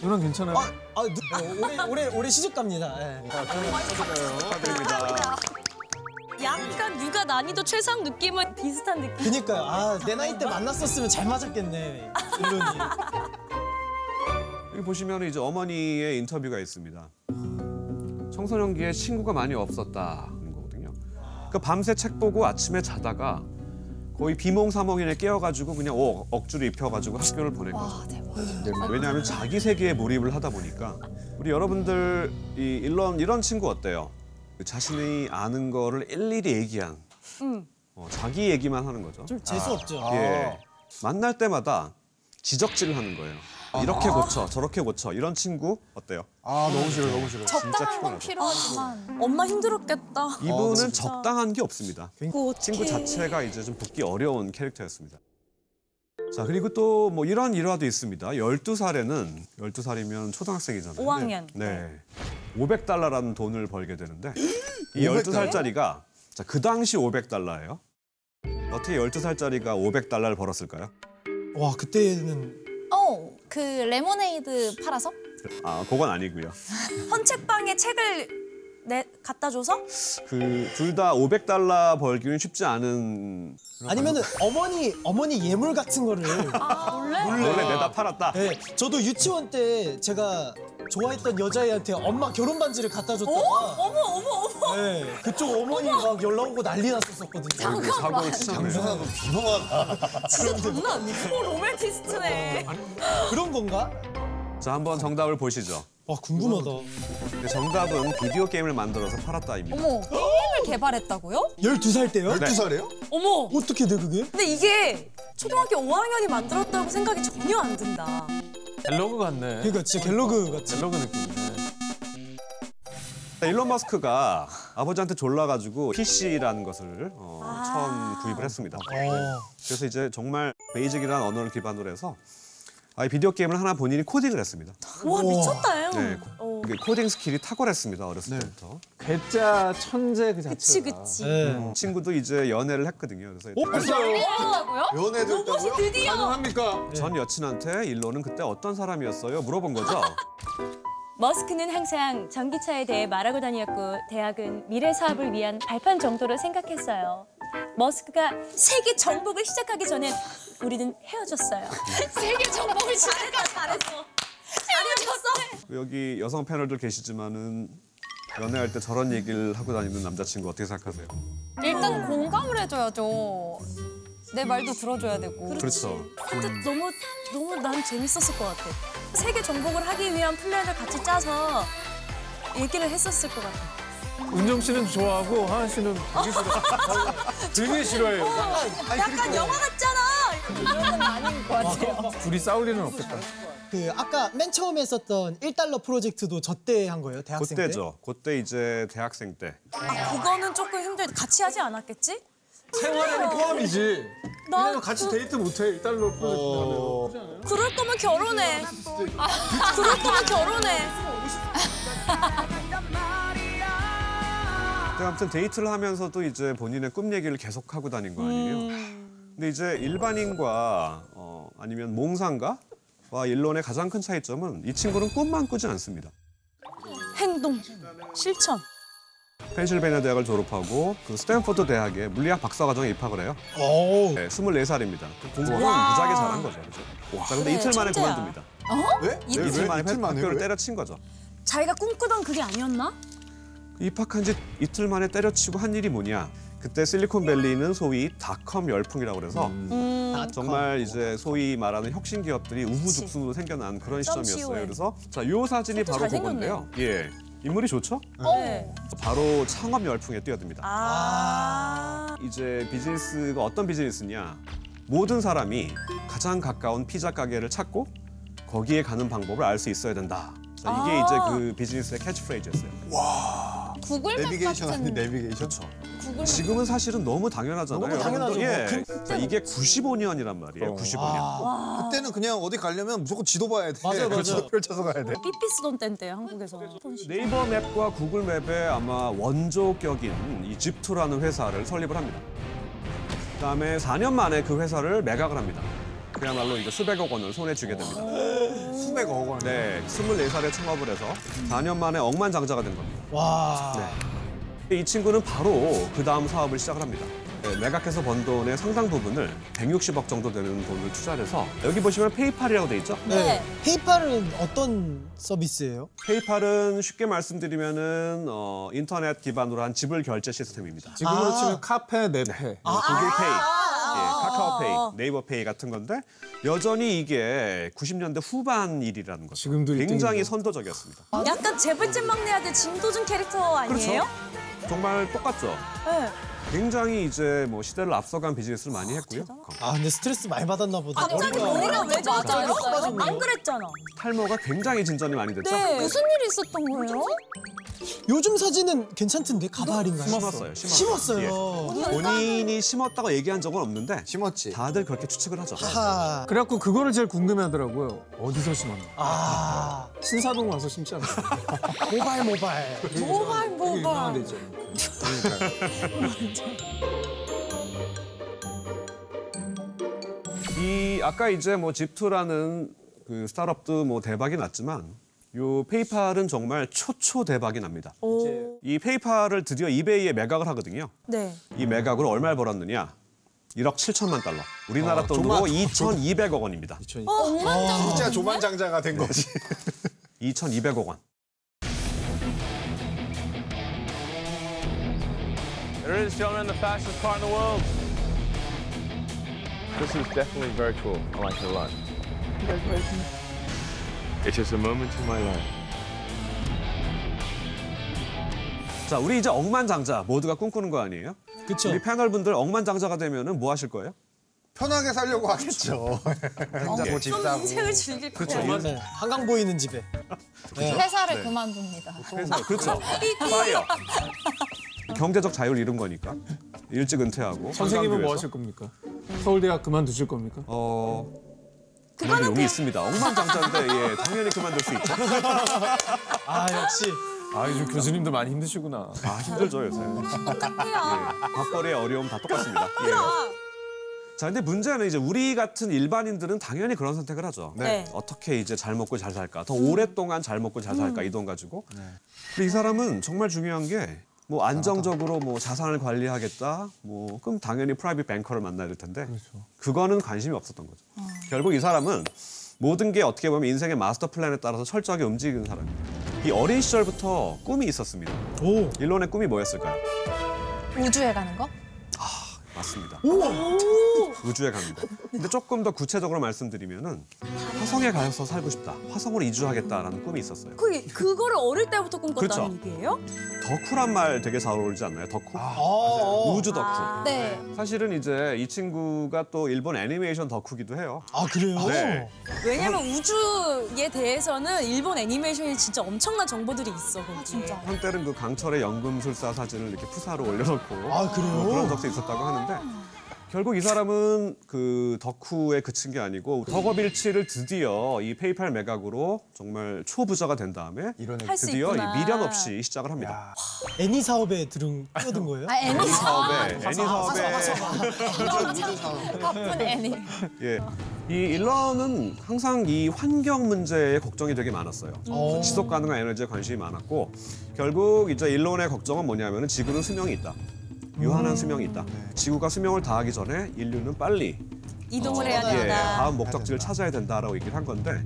[SPEAKER 1] 누나 괜찮아요?
[SPEAKER 4] 어?
[SPEAKER 7] 아, 아, 누, 올해, 올해, 올해 시집 갑니다. 예.
[SPEAKER 4] 약간 육아 난이도 최상 느낌은 비슷한 느낌.
[SPEAKER 7] 그니까요. 아, 내 나이 때 만났었으면 잘 맞았겠네. 물론이.
[SPEAKER 3] 여기 보시면 이제 어머니의 인터뷰가 있습니다. 청소년기에 친구가 많이 없었다는 거거든요. 그러니까 밤새 책 보고 아침에 자다가 거의 비몽사몽이네 깨어가지고 그냥 어, 억지로 입혀가지고 학교를 보냈거든요.
[SPEAKER 8] 와 대박.
[SPEAKER 3] 왜냐하면 자기 세계에 몰입을 하다 보니까 우리 여러분들 이 이런 이런 친구 어때요? 그 자신이 아는 거를 일일이 얘기한
[SPEAKER 8] 음.
[SPEAKER 3] 어, 자기 얘기만 하는 거죠.
[SPEAKER 7] 좀 재수 없죠.
[SPEAKER 3] 예. 만날 때마다 지적질을 하는 거예요. 이렇게 고쳐, 저렇게 고쳐. 이런 친구 어때요?
[SPEAKER 2] 아 너무 싫어 너무 싫어.
[SPEAKER 8] 적당한 건
[SPEAKER 3] 피곤하다.
[SPEAKER 8] 필요하지만
[SPEAKER 4] 엄마 힘들었겠다.
[SPEAKER 3] 이분은 적당한 게 없습니다.
[SPEAKER 4] 그거 어떡해.
[SPEAKER 3] 친구 자체가 이제 좀 붙기 어려운 캐릭터였습니다. 자, 그리고 또 뭐 이런 일화도 있습니다. 12살에는 12살이면 초등학생이잖아요.
[SPEAKER 4] 오학년.
[SPEAKER 3] 네. 500달러라는 돈을 벌게 되는데 이 12살짜리가 자, 그 당시 500달러예요. 어떻게 12살짜리가 500달러를 벌었을까요?
[SPEAKER 7] 와, 그때는
[SPEAKER 8] 어그 레모네이드 팔아서
[SPEAKER 3] 아, 그건 아니고요.
[SPEAKER 4] 헌책방에 책을 내 갖다 줘서
[SPEAKER 3] 그 둘 다 500달러 벌기는 쉽지 않은
[SPEAKER 7] 아니면은 어머니 어머니 예물 같은 거를
[SPEAKER 8] 아.
[SPEAKER 3] 원래 내다 팔았다.
[SPEAKER 7] 예, 저도 유치원 때 제가 좋아했던 여자애한테 엄마 결혼 반지를 갖다 줬다가
[SPEAKER 4] 어머 어머 어머
[SPEAKER 7] 예, 그쪽 어머니 막 연락 오고 난리 났었었거든요.
[SPEAKER 3] 사고를 치잖아요.
[SPEAKER 2] 장수사도 비호가
[SPEAKER 4] 진짜 장난 아니야. 어, 로맨티스트네.
[SPEAKER 7] 그런 건가?
[SPEAKER 3] 자, 한번 정답을 보시죠.
[SPEAKER 7] 와 궁금하다.
[SPEAKER 3] 근데 정답은 비디오 게임을 만들어서 팔았다입니다.
[SPEAKER 8] 어머 게임을 개발했다고요?
[SPEAKER 7] 12살 때요? 네.
[SPEAKER 2] 12살이에요?
[SPEAKER 4] 어머.
[SPEAKER 7] 어떻게 돼 그게?
[SPEAKER 4] 근데 이게 초등학교 5학년이 만들었다고 생각이 전혀 안 든다.
[SPEAKER 1] 갤러그 같네.
[SPEAKER 7] 그러니까 진짜 갤러그 같은.
[SPEAKER 1] 갤러그 느낌이네.
[SPEAKER 3] 일론 머스크가 아버지한테 졸라가지고 PC라는 것을 어, 처음 구입을 했습니다. 그래서 이제 정말 베이직이라는 언어를 기반으로 해서 아, 이 비디오 게임을 하나 본인이 코딩을 했습니다.
[SPEAKER 4] 와 미쳤다 형.
[SPEAKER 3] 네,
[SPEAKER 4] 어.
[SPEAKER 3] 이게 코딩 스킬이 탁월했습니다 어렸을 때부터.
[SPEAKER 1] 괴짜 천재 그
[SPEAKER 4] 그치
[SPEAKER 1] 자체가.
[SPEAKER 4] 그치.
[SPEAKER 7] 예.
[SPEAKER 3] 친구도 이제 연애를 했거든요. 그래서
[SPEAKER 7] 어 벌써요?
[SPEAKER 8] 했다고요?
[SPEAKER 2] 연애도
[SPEAKER 4] 로봇이 드디어
[SPEAKER 2] 합니까?
[SPEAKER 3] 네. 전 여친한테 일론은 그때 어떤 사람이었어요? 물어본 거죠.
[SPEAKER 4] 머스크는 항상 전기차에 대해 말하고 다녔고 대학은 미래 사업을 위한 발판 정도로 생각했어요. 머스크가 세계 정복을 시작하기 전에 우리는 헤어졌어요. 세계 정복을 시작했다 잘했어. 헤어졌어.
[SPEAKER 3] 여기 여성 패널들 계시지만은 연애할 때 저런 얘기를 하고 다니는 남자친구 어떻게 생각하세요?
[SPEAKER 8] 일단 공감을 해줘야죠. 내 말도 들어줘야 되고.
[SPEAKER 3] 그렇죠.
[SPEAKER 4] 근데 너무 너무 난 재밌었을 것 같아. 세계 정복을 하기 위한 플랜을 같이 짜서 얘기를 했었을 것 같아.
[SPEAKER 1] 은정 씨는 좋아하고 하은 씨는 되게 싫어. 되게 싫어해요.
[SPEAKER 4] 약간 영화 같잖아.
[SPEAKER 8] 뭐
[SPEAKER 1] 둘이 싸울 일은 없겠다.
[SPEAKER 7] 그 아까 맨 처음에 했었던 1달러 프로젝트도 저 때 한 거예요 대학생 때.
[SPEAKER 3] 그때죠. 그때 이제 대학생 때.
[SPEAKER 4] 아, 그거는 조금 힘들. 같이 하지 않았겠지?
[SPEAKER 1] 생활에는 포함이지.
[SPEAKER 4] 나
[SPEAKER 1] 그냥 같이 데이트 못해. 1달러
[SPEAKER 2] 어,
[SPEAKER 1] 프로젝트 하면.
[SPEAKER 4] 그럴 거면 결혼해. 그럴 거면 결혼해.
[SPEAKER 3] 근데 아무튼 데이트를 하면서도 이제 본인의 꿈 얘기를 계속 하고 다닌 거 아니에요? 근데 이제 일반인과 어, 아니면 몽상가와 일론의 가장 큰 차이점은 이 친구는 꿈만 꾸지 않습니다.
[SPEAKER 4] 행동, 실천.
[SPEAKER 3] 펜실베니아 대학을 졸업하고 그 스탠포드 대학에 물리학 박사과정에 입학을 해요.
[SPEAKER 7] 오.
[SPEAKER 3] 네, 24살입니다. 공부는 무지하게 잘한 거죠. 그죠? 자, 근데
[SPEAKER 4] 그래,
[SPEAKER 3] 이틀 만에
[SPEAKER 4] 천재야.
[SPEAKER 3] 그만둡니다. 네,
[SPEAKER 2] 왜?
[SPEAKER 3] 이틀, 만에
[SPEAKER 2] 이틀 만에
[SPEAKER 3] 학교를
[SPEAKER 2] 왜?
[SPEAKER 3] 때려친 거죠.
[SPEAKER 4] 자기가 꿈꾸던 그게 아니었나?
[SPEAKER 3] 입학한 지 이틀 만에 때려치고 한 일이 뭐냐. 그때 실리콘밸리는 소위 닷컴 열풍이라고 그래서
[SPEAKER 2] 음.
[SPEAKER 4] 음.
[SPEAKER 3] 정말 이제 소위 말하는 혁신 기업들이 우후죽순으로 생겨난 그런
[SPEAKER 4] 점
[SPEAKER 3] 시점이었어요.
[SPEAKER 4] COM.
[SPEAKER 3] 그래서 자, 요 사진이
[SPEAKER 4] 좀
[SPEAKER 3] 바로
[SPEAKER 4] 잘생겼네.
[SPEAKER 3] 그건데요. 예. 인물이 좋죠?
[SPEAKER 4] 네.
[SPEAKER 3] 바로 창업 열풍에 뛰어듭니다.
[SPEAKER 4] 아.
[SPEAKER 3] 이제 비즈니스가 어떤 비즈니스냐? 모든 사람이 가장 가까운 피자 가게를 찾고 거기에 가는 방법을 알 수 있어야 된다. 자, 이게
[SPEAKER 4] 아.
[SPEAKER 3] 이제 그 비즈니스의 캐치프레이즈였어요.
[SPEAKER 8] 구글맵
[SPEAKER 2] 내비게이션 아닌
[SPEAKER 8] 같은
[SPEAKER 2] 내비게이션.
[SPEAKER 8] 구글맵.
[SPEAKER 3] 지금은 사실은 너무 당연하잖아요.
[SPEAKER 7] 너무 당연하죠.
[SPEAKER 3] 여러분들.
[SPEAKER 7] 뭐 아.
[SPEAKER 3] 예. 자, 이게 95년이란 말이에요. 95년.
[SPEAKER 2] 그때는 그냥 어디 가려면 무조건 지도 봐야 돼. 그렇죠.
[SPEAKER 7] 맞아요, 맞아요.
[SPEAKER 2] 지도 펼쳐서 가야 돼.
[SPEAKER 4] 삐삐 쓰던 땐데요 한국에서.
[SPEAKER 3] 네이버 맵과 구글 맵의 아마 원조격인 이 집투라는 회사를 설립을 합니다. 그다음에 4년 만에 그 회사를 매각을 합니다. 그야말로 이제 수백억 원을 손에 쥐게 됩니다.
[SPEAKER 2] 수백억 원.
[SPEAKER 3] 네, 24살에 창업을 해서 4년 만에 억만장자가 된 겁니다. 네.
[SPEAKER 7] 와.
[SPEAKER 3] 이 친구는 바로 그 다음 사업을 시작을 합니다. 네, 매각해서 번 돈의 상당 부분을 160억 정도 되는 돈을 투자를 해서 여기 보시면 페이팔이라고 돼 있죠?
[SPEAKER 4] 네.
[SPEAKER 7] 페이팔은 어떤 서비스예요?
[SPEAKER 3] 페이팔은 쉽게 말씀드리면은 어, 인터넷 기반으로 한 지불 결제 시스템입니다.
[SPEAKER 1] 지금으로
[SPEAKER 7] 아.
[SPEAKER 1] 치면 카페 네페
[SPEAKER 3] 구글 페이, 예, 카카오 페이, 네이버 페이 같은 건데 여전히 이게 90년대 후반 일이라는 거죠.
[SPEAKER 1] 지금도
[SPEAKER 3] 굉장히
[SPEAKER 1] 일등이죠.
[SPEAKER 3] 선도적이었습니다.
[SPEAKER 4] 약간 재벌집 막내 아들 진도준 캐릭터 아니에요?
[SPEAKER 3] 그렇죠. 정말 똑같죠.
[SPEAKER 4] 네.
[SPEAKER 3] 굉장히 이제 뭐 시대를 앞서간 비즈니스를 많이 했고요.
[SPEAKER 7] 아 근데 스트레스 많이 받았나 보다.
[SPEAKER 4] 갑자기 뭐? 머리가
[SPEAKER 7] 머리가.
[SPEAKER 4] 왜 저렇게
[SPEAKER 7] 빠졌어요?
[SPEAKER 4] 안 그랬잖아.
[SPEAKER 3] 탈모가 굉장히 진전이 많이 됐죠.
[SPEAKER 4] 네.
[SPEAKER 8] 무슨 일이 있었던 거예요?
[SPEAKER 7] 요즘 사진은 괜찮던데 가발인가요?
[SPEAKER 3] 심었어요.
[SPEAKER 7] 심었어요.
[SPEAKER 3] 예. 본인이 심었다고 얘기한 적은 없는데
[SPEAKER 2] 심었지.
[SPEAKER 3] 다들 그렇게 추측을 하죠.
[SPEAKER 7] 하.
[SPEAKER 1] 그래갖고 그거를 제일 궁금해하더라고요. 어디서 심었나?
[SPEAKER 7] 아
[SPEAKER 1] 신사동 와서 심지 않았나?
[SPEAKER 7] 모발 모발.
[SPEAKER 4] 모발 모발.
[SPEAKER 1] 되죠.
[SPEAKER 3] 이 아까 이제 뭐 집투라는 그 스타트업도 뭐 대박이 났지만 요 페이팔은 정말 초초 대박이 납니다. 이 페이팔을 드디어 이베이에 매각을 하거든요.
[SPEAKER 4] 네.
[SPEAKER 3] 이 매각으로 얼마를 벌었느냐? 1억 7천만 달러. 우리나라 돈으로 2,200억 원입니다.
[SPEAKER 8] 어,
[SPEAKER 4] 어,
[SPEAKER 2] 진짜 조만장자가 된 거지.
[SPEAKER 3] 2,200억 원.
[SPEAKER 5] There it is, gentlemen, the fastest car in the world. This is definitely very cool. I like it a lot.
[SPEAKER 9] It is a moment in my life.
[SPEAKER 3] 자, 우리 이제 억만장자 모두가 꿈꾸는 거 아니에요?
[SPEAKER 7] 그쵸.
[SPEAKER 3] 우리 패널분들 억만장자가 되면은 뭐 하실 거예요?
[SPEAKER 2] 편하게 살려고 하겠죠. 어, 행자고 그렇죠. 집
[SPEAKER 4] 좀
[SPEAKER 2] 사고.
[SPEAKER 4] 인생을 즐길 거야.
[SPEAKER 3] 그렇죠.
[SPEAKER 7] 네. 한강 보이는 집에.
[SPEAKER 8] 회사를 그만둡니다.
[SPEAKER 3] 그래서 그렇죠. 파이어. 경제적 자유를 잃은 거니까 일찍 은퇴하고
[SPEAKER 1] 선생님은 뭐
[SPEAKER 3] 관광교에서.
[SPEAKER 1] 하실 겁니까? 서울대학 그만두실 겁니까?
[SPEAKER 3] 어 그거는
[SPEAKER 4] 그거는
[SPEAKER 3] 여기 있습니다. 억만장자인데 예, 당연히 그만둘 수 있죠.
[SPEAKER 7] 아 역시.
[SPEAKER 1] 아 요즘 교수님도 많이 힘드시구나.
[SPEAKER 3] 아 힘들죠 요새.
[SPEAKER 4] 똑같고요.
[SPEAKER 3] 예, 밥벌이의 어려움 다 똑같습니다. 예. 자 근데 문제는 이제 우리 같은 일반인들은 당연히 그런 선택을 하죠.
[SPEAKER 4] 네. 네.
[SPEAKER 3] 어떻게 이제 잘 먹고 잘 살까? 더 오랫동안 잘 먹고 잘 살까? 이 돈 가지고. 근데 이 사람은 정말 중요한 게. 뭐 안정적으로 뭐 자산을 관리하겠다. 뭐 그럼 당연히 프라이빗 뱅커를 만나야 될 텐데. 그거는 관심이 없었던 거죠. 결국 이 사람은 모든 게 어떻게 보면 인생의 마스터 플랜에 따라서 철저하게 움직이는 사람입니다. 이 어린 시절부터 꿈이 있었습니다.
[SPEAKER 7] 오.
[SPEAKER 3] 일론의 꿈이 뭐였을까요?
[SPEAKER 8] 우주에 가는 거?
[SPEAKER 3] 맞습니다. 우주에 갑니다. 근데 조금 더 구체적으로 말씀드리면은 화성에 가서 살고 싶다. 화성으로 이주하겠다라는 꿈이 있었어요.
[SPEAKER 4] 그 그거를 어릴 때부터 꿈꿨다는
[SPEAKER 3] 그렇죠.
[SPEAKER 4] 얘기예요?
[SPEAKER 3] 덕후란 말 되게 잘 어울리지 않나요? 덕후?
[SPEAKER 7] 어, 어.
[SPEAKER 3] 우주 덕후.
[SPEAKER 4] 아.
[SPEAKER 8] 네.
[SPEAKER 3] 사실은 이제 이 친구가 또 일본 애니메이션 덕후기도 해요.
[SPEAKER 7] 아 그래요?
[SPEAKER 3] 네.
[SPEAKER 4] 왜냐면 우주에 대해서는 일본 애니메이션이 진짜 엄청난 정보들이 있어. 거기에.
[SPEAKER 8] 아, 진짜.
[SPEAKER 3] 한때는 그 강철의 연금술사 사진을 이렇게 푸사로 올려놓고
[SPEAKER 7] 아, 그래요?
[SPEAKER 3] 뭐 그런 적도 있었다고 하는데 결국 이 사람은 그 덕후에 그친 게 아니고 덕업일치를 드디어 이 페이팔 매각으로 정말 초부자가 된 다음에
[SPEAKER 4] 할수
[SPEAKER 3] 드디어
[SPEAKER 4] 있구나.
[SPEAKER 3] 이 미련 없이 시작을 합니다.
[SPEAKER 7] 애니 사업에 들은 뛰어든 거예요?
[SPEAKER 8] 아, 애니
[SPEAKER 3] 애니 사업에 애니 사업에 네.
[SPEAKER 4] 아,
[SPEAKER 8] 바쁜 애니.
[SPEAKER 3] 예. 이 일런은 항상 이 환경 문제에 걱정이 되게 많았어요. 그래서 지속 가능한 에너지에 관심이 많았고 결국 이제 일론의 걱정은 뭐냐면은 지구는 수명이 있다. 유한한 수명이 있다. 지구가 수명을 다하기 전에 인류는 빨리
[SPEAKER 4] 이동을 해야
[SPEAKER 3] 예,
[SPEAKER 4] 된다.
[SPEAKER 3] 다음 목적지를 찾아야 된다라고 얘기를 한 건데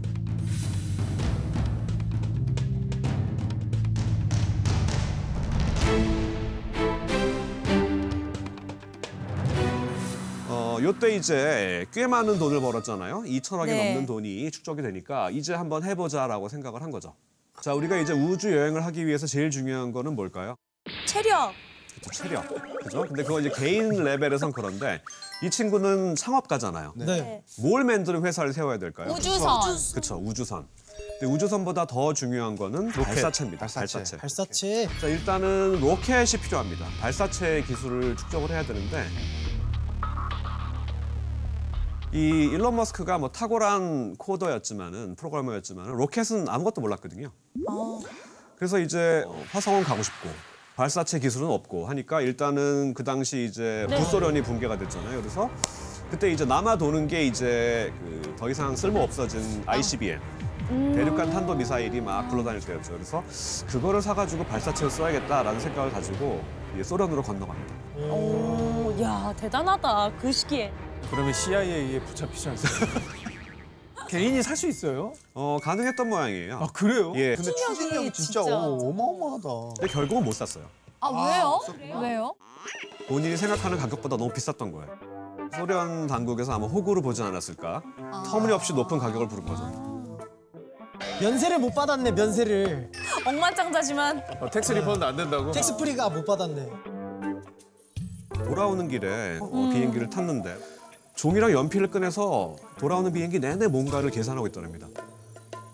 [SPEAKER 3] 어, 요때 이제 꽤 많은 돈을 벌었잖아요. 2천억이
[SPEAKER 4] 네.
[SPEAKER 3] 넘는 돈이 축적이 되니까 이제 한번 해보자라고 생각을 한 거죠. 자, 우리가 이제 우주 여행을 하기 위해서 제일 중요한 거는 뭘까요?
[SPEAKER 4] 체력.
[SPEAKER 3] 그쵸, 체력. 그죠? 근데 그거 이제 개인 레벨에선 그런데 이 친구는 창업가잖아요.
[SPEAKER 7] 네.
[SPEAKER 3] 뭘 만드는 회사를 세워야 될까요?
[SPEAKER 8] 우주선.
[SPEAKER 3] 그렇죠 우주선. 근데 우주선보다 더 중요한 거는 발사체입니다.
[SPEAKER 2] 발사체.
[SPEAKER 3] 발사체.
[SPEAKER 7] 발사체.
[SPEAKER 3] 자 일단은 로켓이 필요합니다. 발사체 기술을 축적을 해야 되는데 이 일론 머스크가 뭐 탁월한 코더였지만은 프로그래머였지만은 로켓은 아무것도 몰랐거든요. 그래서 이제 화성은 가고 싶고 발사체 기술은 없고 하니까 일단은 그 당시 이제 구소련이 붕괴가 됐잖아요. 그래서 그때 이제 남아 도는 게 이제 그 더 이상 쓸모 없어진 ICBM. 대륙간 탄도 미사일이 막 굴러다닐 때였죠. 그래서 그거를 사가지고 발사체로 써야겠다라는 생각을 가지고 이제 소련으로 건너갑니다.
[SPEAKER 4] 오, 야 아, 대단하다 그 시기에.
[SPEAKER 1] 그러면 CIA에 붙잡히지 않습니까? 개인이 살 수 있어요?
[SPEAKER 3] 어 가능했던 모양이에요.
[SPEAKER 1] 아 그래요?
[SPEAKER 3] 예.
[SPEAKER 2] 근데 추진력이
[SPEAKER 4] 진짜.
[SPEAKER 2] 진짜, 어, 어마어마하다.
[SPEAKER 3] 근데 결국은 못 샀어요.
[SPEAKER 8] 아 왜요? 왜요?
[SPEAKER 3] 본인이 생각하는 가격보다 너무 비쌌던 거예요. 소련 당국에서 아마 호구를 보지 않았을까? 터무니없이 높은 가격을 부른 거죠.
[SPEAKER 7] 면세를 못 받았네 면세를
[SPEAKER 4] 억만장자지만
[SPEAKER 1] 어, 텍스 리펀드 안 된다고?
[SPEAKER 7] 텍스프리가 못 받았네
[SPEAKER 3] 돌아오는 길에 어, 비행기를 탔는데 종이랑 연필을 꺼내서 돌아오는 비행기 내내 뭔가를 계산하고 있더랍니다.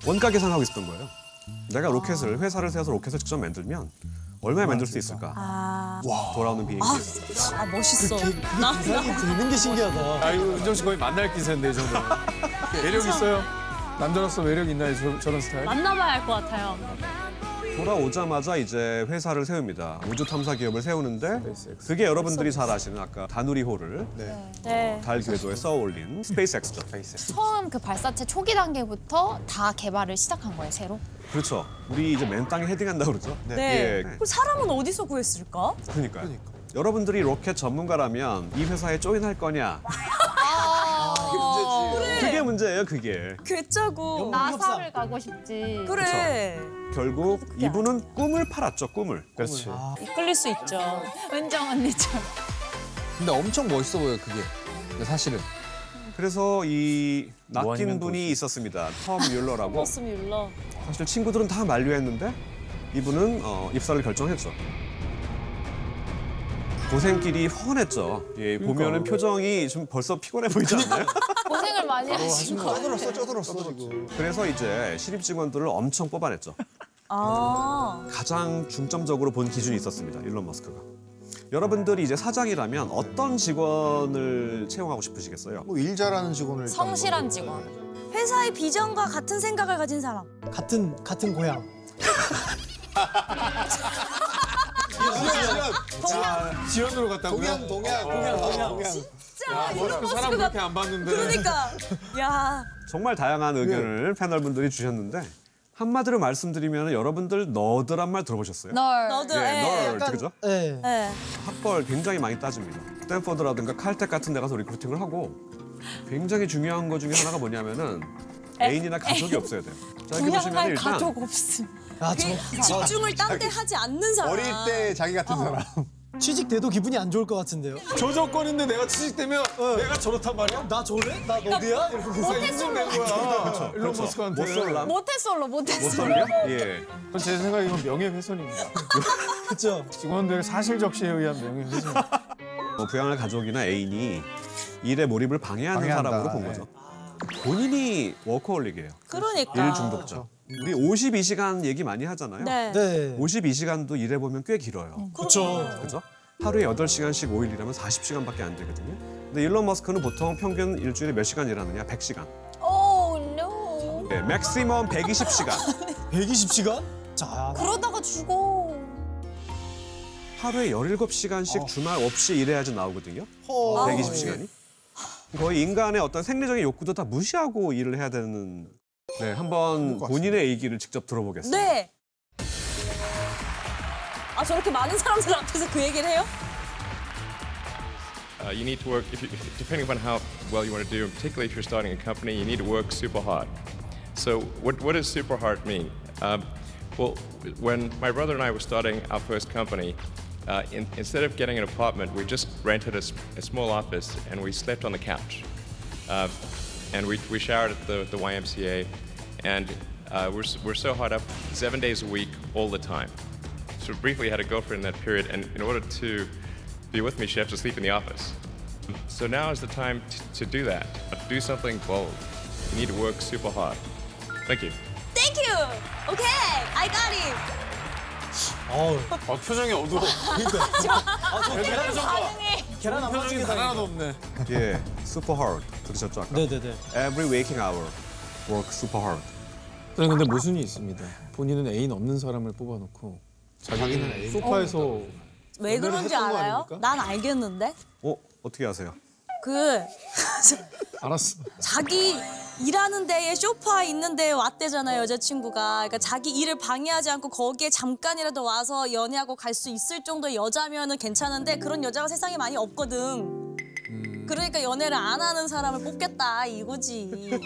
[SPEAKER 3] 원가 계산하고 있었던 거예요. 내가 로켓을 회사를 세워서 로켓을 직접 만들면 얼마에 만들 수 있을까? 돌아오는 비행기에서.
[SPEAKER 4] 아 멋있어.
[SPEAKER 3] 그
[SPEAKER 4] 나
[SPEAKER 7] 계산이 되는 게 신기하다
[SPEAKER 1] 아 이거 은정 씨 거의 만날 기세인데 이 정도. 매력 있어요? 남자로서 매력 있나요 저, 저런 스타일?
[SPEAKER 4] 만나봐야 할 것 같아요.
[SPEAKER 3] 돌아오자마자 이제 회사를 세웁니다. 우주 탐사 기업을 세우는데
[SPEAKER 1] SpaceX.
[SPEAKER 3] 그게 여러분들이 잘 아시는 아까 다누리호를
[SPEAKER 4] 네.
[SPEAKER 3] 달 궤도에 써 올린 음. 스페이스X죠.
[SPEAKER 8] 처음 그 발사체 초기 단계부터 다 개발을 시작한 거예요 새로?
[SPEAKER 3] 그렇죠. 우리 이제 맨 땅에 헤딩한다고 그러죠.
[SPEAKER 4] 네.
[SPEAKER 3] 예.
[SPEAKER 4] 그 사람은 어디서 구했을까?
[SPEAKER 3] 그러니까요. 여러분들이 로켓 전문가라면 이 회사에 조인할 거냐?
[SPEAKER 4] 아.
[SPEAKER 3] 그게 문제예요, 그게.
[SPEAKER 4] 괴짜고.
[SPEAKER 7] 나사를
[SPEAKER 8] 가고 싶지.
[SPEAKER 4] 그래.
[SPEAKER 3] 결국 이분은 꿈을 팔았죠, 꿈을. 아.
[SPEAKER 1] 그렇지.
[SPEAKER 4] 이끌릴 수 있죠.
[SPEAKER 8] 은정 언니처럼.
[SPEAKER 2] 근데 엄청 멋있어 보여 그게. 근데 사실은
[SPEAKER 3] 그래서 이
[SPEAKER 1] 뭐
[SPEAKER 3] 낚인
[SPEAKER 1] 아니면
[SPEAKER 3] 분이 있었습니다. 톰 뮬러라고.
[SPEAKER 4] 버스 뮬러.
[SPEAKER 3] 사실 친구들은 다 만류했는데 이분은 어, 입사를 결정했죠. 고생길이 훤했죠. 예,
[SPEAKER 1] 그러니까.
[SPEAKER 3] 보면은 표정이 좀 벌써 피곤해 보이지 않나요?
[SPEAKER 8] 고생을 많이 하신 거.
[SPEAKER 2] 쪼들었어 쪼들었어 지금.
[SPEAKER 3] 그래서 이제 신입 직원들을 엄청 뽑아냈죠.
[SPEAKER 4] 아.
[SPEAKER 3] 가장 중점적으로 본 기준이 있었습니다. 일론 머스크가. 여러분들이 이제 사장이라면 어떤 직원을 채용하고 싶으시겠어요?
[SPEAKER 2] 뭐 일 잘하는 직원을 일단
[SPEAKER 8] 성실한
[SPEAKER 2] 먼저.
[SPEAKER 8] 직원.
[SPEAKER 4] 회사의 비전과 같은 생각을 가진 사람.
[SPEAKER 7] 같은 같은 고향
[SPEAKER 1] 지연으로 갔다고요? 어.
[SPEAKER 2] 동양 동양 동양 동양 동양.
[SPEAKER 4] 진짜 이런
[SPEAKER 1] 사람
[SPEAKER 4] 모습이
[SPEAKER 1] 그렇게 안 봤는데.
[SPEAKER 4] 그러니까. 야.
[SPEAKER 3] 정말 다양한 의견을 패널분들이 주셨는데 한마디로 말씀드리면 여러분들 너드란 말 들어보셨어요?
[SPEAKER 8] 널.
[SPEAKER 4] 너도
[SPEAKER 3] 예,
[SPEAKER 4] 예.
[SPEAKER 3] 널드 그죠?
[SPEAKER 7] 예.
[SPEAKER 4] 예.
[SPEAKER 3] 학벌 굉장히 많이 따집니다. 스탠퍼드라든가 칼텍 같은 데 가서 리크루팅을 하고 굉장히 중요한 거 중에 하나가 뭐냐면은 애인이나 가족이 없어야 돼요. 자, 이렇게 보시면
[SPEAKER 4] 동양할
[SPEAKER 3] 일단
[SPEAKER 4] 가족 없음.
[SPEAKER 7] 아, 저
[SPEAKER 4] 집중을 딴 데 하지 않는 사람.
[SPEAKER 2] 어릴 때 자기 같은 사람.
[SPEAKER 7] 취직돼도 기분이 안 좋을 것 같은데요
[SPEAKER 1] 저 조건인데 내가 취직되면 어. 내가 저렇단 말이야?
[SPEAKER 7] 나 저래? 나
[SPEAKER 4] 그러니까
[SPEAKER 7] 너드야?
[SPEAKER 1] 그래서 인정된 거야. 일론 머스크한테.
[SPEAKER 3] 그렇죠. 못 쏠라.
[SPEAKER 8] 모태솔로
[SPEAKER 3] 못
[SPEAKER 8] 모태솔로.
[SPEAKER 3] 쏠려? 예.
[SPEAKER 1] 그건 제 생각에 이건 명예훼손입니다.
[SPEAKER 7] 그쵸
[SPEAKER 1] 직원들의 사실 적시에 의한 명예훼손.
[SPEAKER 3] 뭐 부양할 가족이나 애인이 일에 몰입을 방해하는
[SPEAKER 2] 방해한다,
[SPEAKER 3] 사람으로 본
[SPEAKER 2] 네.
[SPEAKER 3] 거죠. 본인이 워커홀릭이에요.
[SPEAKER 4] 그러니까.
[SPEAKER 3] 일 중독자. 우리 52시간 얘기 많이 하잖아요.
[SPEAKER 4] 네.
[SPEAKER 7] 네
[SPEAKER 3] 52시간도 일해보면 꽤 길어요.
[SPEAKER 7] 그쵸
[SPEAKER 3] 그죠? 하루에 8시간씩 5일이라면 40시간밖에 안 되거든요. 근데 일론 머스크는 보통 평균 일주일에 몇 시간 일하느냐? 100시간.
[SPEAKER 4] 어,
[SPEAKER 8] 오, no.
[SPEAKER 3] 네, 맥시멈 120시간.
[SPEAKER 7] 120시간? 자
[SPEAKER 8] 그러다가 죽어.
[SPEAKER 3] 하루에 17시간씩 주말 없이 일해야지 나오거든요.
[SPEAKER 7] 허.
[SPEAKER 3] 120시간이. 거의 인간의 어떤 생리적인 욕구도 다 무시하고 일을 해야 되는 네, 한번 본인의 얘기를 직접 들어보겠습니다.
[SPEAKER 4] 네. 아 저렇게 많은 사람들 앞에서 그 얘기를 해요?
[SPEAKER 5] Uh, you need to work, if you, depending upon how well you want to do, particularly if you're starting a company, you need to work super hard. So, what, what does super hard mean? Um, well, when my brother and I were starting our first company, uh, in, instead of getting an apartment, we just rented a, s- a small office and we slept on the couch. Uh, and we, we showered at the, the YMCA, and uh, we're, s- we're so hard up seven days a week, all the time. So briefly had a girlfriend in that period, and in order to be with me, she had to sleep in the office. So now is the time t- to do that. Do something bold. You need to work super hard. Thank you.
[SPEAKER 4] Thank you. Okay, I got it.
[SPEAKER 7] 어우
[SPEAKER 1] 어, 표정이 어두워.
[SPEAKER 4] 계란 가능해.
[SPEAKER 7] 계란 안
[SPEAKER 1] 표정이
[SPEAKER 7] 맞추게
[SPEAKER 1] 단
[SPEAKER 7] 당해
[SPEAKER 1] 하나도 없네.
[SPEAKER 3] 예, super hard 들으셨죠 아까?
[SPEAKER 7] 네네네
[SPEAKER 3] Every waking hour, work super hard.
[SPEAKER 1] 저는 근데 모순이 있습니다. 본인은 애인 없는 사람을 뽑아놓고 자기는 애인 어. 소파에서
[SPEAKER 4] 왜 그런지
[SPEAKER 1] 했던 거
[SPEAKER 4] 알아요?
[SPEAKER 1] 아닙니까?
[SPEAKER 4] 난 알겠는데.
[SPEAKER 3] 어 어떻게 아세요?
[SPEAKER 4] 그
[SPEAKER 1] 알았어.
[SPEAKER 4] 자기 일하는 데에 쇼파 있는 데에 왔대잖아요 여자친구가 그러니까 자기 일을 방해하지 않고 거기에 잠깐이라도 와서 연애하고 갈 수 있을 정도의 여자면은 괜찮은데 그런 여자가 세상에 많이 없거든 그러니까 연애를 안 하는 사람을 뽑겠다 이거지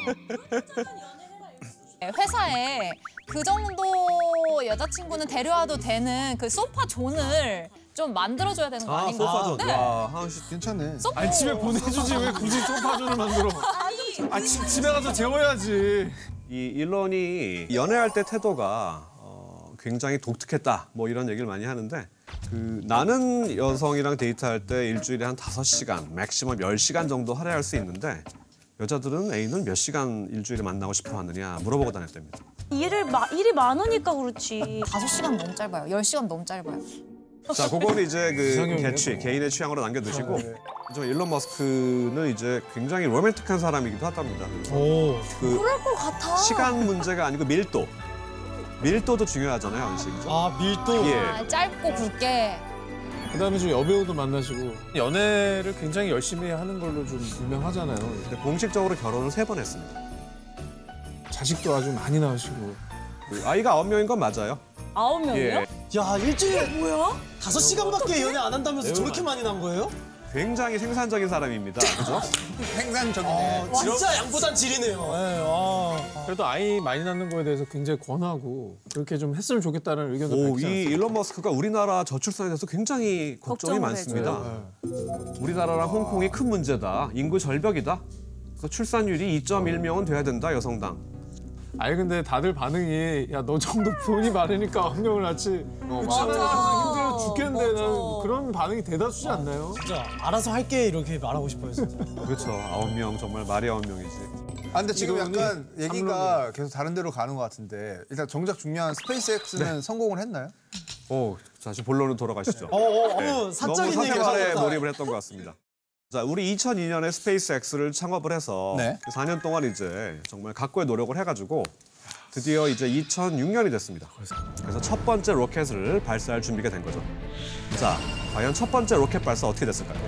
[SPEAKER 8] 네, 회사에 그 정도 여자친구는 데려와도 되는 그 소파 존을 좀 만들어줘야 되는 거
[SPEAKER 3] 아,
[SPEAKER 8] 아닌가?
[SPEAKER 3] 소파존.
[SPEAKER 8] 네.
[SPEAKER 3] 와, 하은 씨
[SPEAKER 2] 괜찮네.
[SPEAKER 8] 소파
[SPEAKER 1] 아니 집에 보내주지 왜 굳이 소파존을 만들어? 아 집, 집에 가서 재워야지.
[SPEAKER 3] 이 일론이 연애할 때 태도가 어, 굉장히 독특했다 뭐 이런 얘기를 많이 하는데 그 나는 여성이랑 데이트할 때 일주일에 한 다섯 시간 맥시멈 열시간 정도 할애할 수 있는데 여자들은 애인을 몇 시간 일주일에 만나고 싶어 하느냐 물어보고 다녔답니다.
[SPEAKER 4] 일을 마, 일이 많으니까 그렇지
[SPEAKER 8] 5시간 너무 짧아요. 10시간 너무 짧아요.
[SPEAKER 3] 자, 그거는 이제 그
[SPEAKER 1] 이상형이네,
[SPEAKER 3] 개취, 개인의 취향으로 남겨두시고 저 일론 머스크는 이제 굉장히 로맨틱한 사람이기도 하답니다. 그래서
[SPEAKER 7] 오.
[SPEAKER 3] 그
[SPEAKER 4] 그럴 것 같아
[SPEAKER 3] 시간 문제가 아니고 밀도. 밀도도 중요하잖아요, 음식이죠.
[SPEAKER 7] 아 밀도.
[SPEAKER 3] 예.
[SPEAKER 8] 아, 짧고 굵게.
[SPEAKER 1] 그다음에 좀 여배우도 만나시고 연애를 굉장히 열심히 하는 걸로 좀 유명하잖아요.
[SPEAKER 3] 근데 네, 공식적으로 결혼을 세 번 했습니다.
[SPEAKER 1] 자식도 아주 많이 낳으시고.
[SPEAKER 3] 그 아이가 아홉 명인 건 맞아요.
[SPEAKER 4] 아홉 명이요?
[SPEAKER 7] 야 일주일에 뭐야? 다섯 시간밖에 연애 안 한다면서 저렇게 많이 난 거예요?
[SPEAKER 3] 굉장히 생산적인 사람입니다.
[SPEAKER 1] 아,
[SPEAKER 3] 그죠?
[SPEAKER 2] 행상적이네.
[SPEAKER 7] 와, 진짜 양보단 질이네요. 예, 아.
[SPEAKER 1] 그래도 아이 많이 낳는 거에 대해서 굉장히 권하고 그렇게 좀 했으면 좋겠다는 의견도
[SPEAKER 3] 오,
[SPEAKER 1] 밝지
[SPEAKER 3] 이
[SPEAKER 1] 않습니까?
[SPEAKER 3] 일론 머스크가 우리나라 저출산에 대해서 굉장히 걱정이
[SPEAKER 4] 걱정을
[SPEAKER 3] 많습니다. 네. 우리나라랑 홍콩이 큰 문제다. 인구 절벽이다. 그래서 출산율이 2.1명은 돼야 된다, 여성당.
[SPEAKER 1] 아니 근데 다들 반응이 야 너 정도 돈이 많으니까 운명을 낳지
[SPEAKER 4] 맞아.
[SPEAKER 1] 그치만 힘들어 죽겠는데
[SPEAKER 4] 맞아.
[SPEAKER 1] 나는 그런 반응이 대다수지 않나요?
[SPEAKER 7] 진짜 알아서 할게 이렇게 말하고 싶어요 진짜.
[SPEAKER 3] 그렇죠. 아홉 명 정말 말이 아홉 명이지.
[SPEAKER 2] 아, 근데 지금
[SPEAKER 1] 이론이
[SPEAKER 2] 약간 얘기가 계속 다른 데로 가는 것 같은데 일단 정작 중요한 스페이스X는 성공을 했나요?
[SPEAKER 3] 오, 다시 어, 본론으로 돌아가시죠. 네.
[SPEAKER 7] 어, 어, 어
[SPEAKER 3] 너무
[SPEAKER 7] 사적인 얘기가
[SPEAKER 3] 선택에
[SPEAKER 7] 나왔다.
[SPEAKER 3] 몰입을 했던 것 같습니다. 자, 우리 2002년에 스페이스X를 창업을 해서
[SPEAKER 2] 네.
[SPEAKER 3] 4년 동안 이제 정말 각고의 노력을 해가지고 드디어 이제 2006년이 됐습니다. 그래서 첫 번째 로켓을 발사할 준비가 된 거죠. 자, 과연 첫 번째 로켓 발사 어떻게 됐을까요?
[SPEAKER 4] 안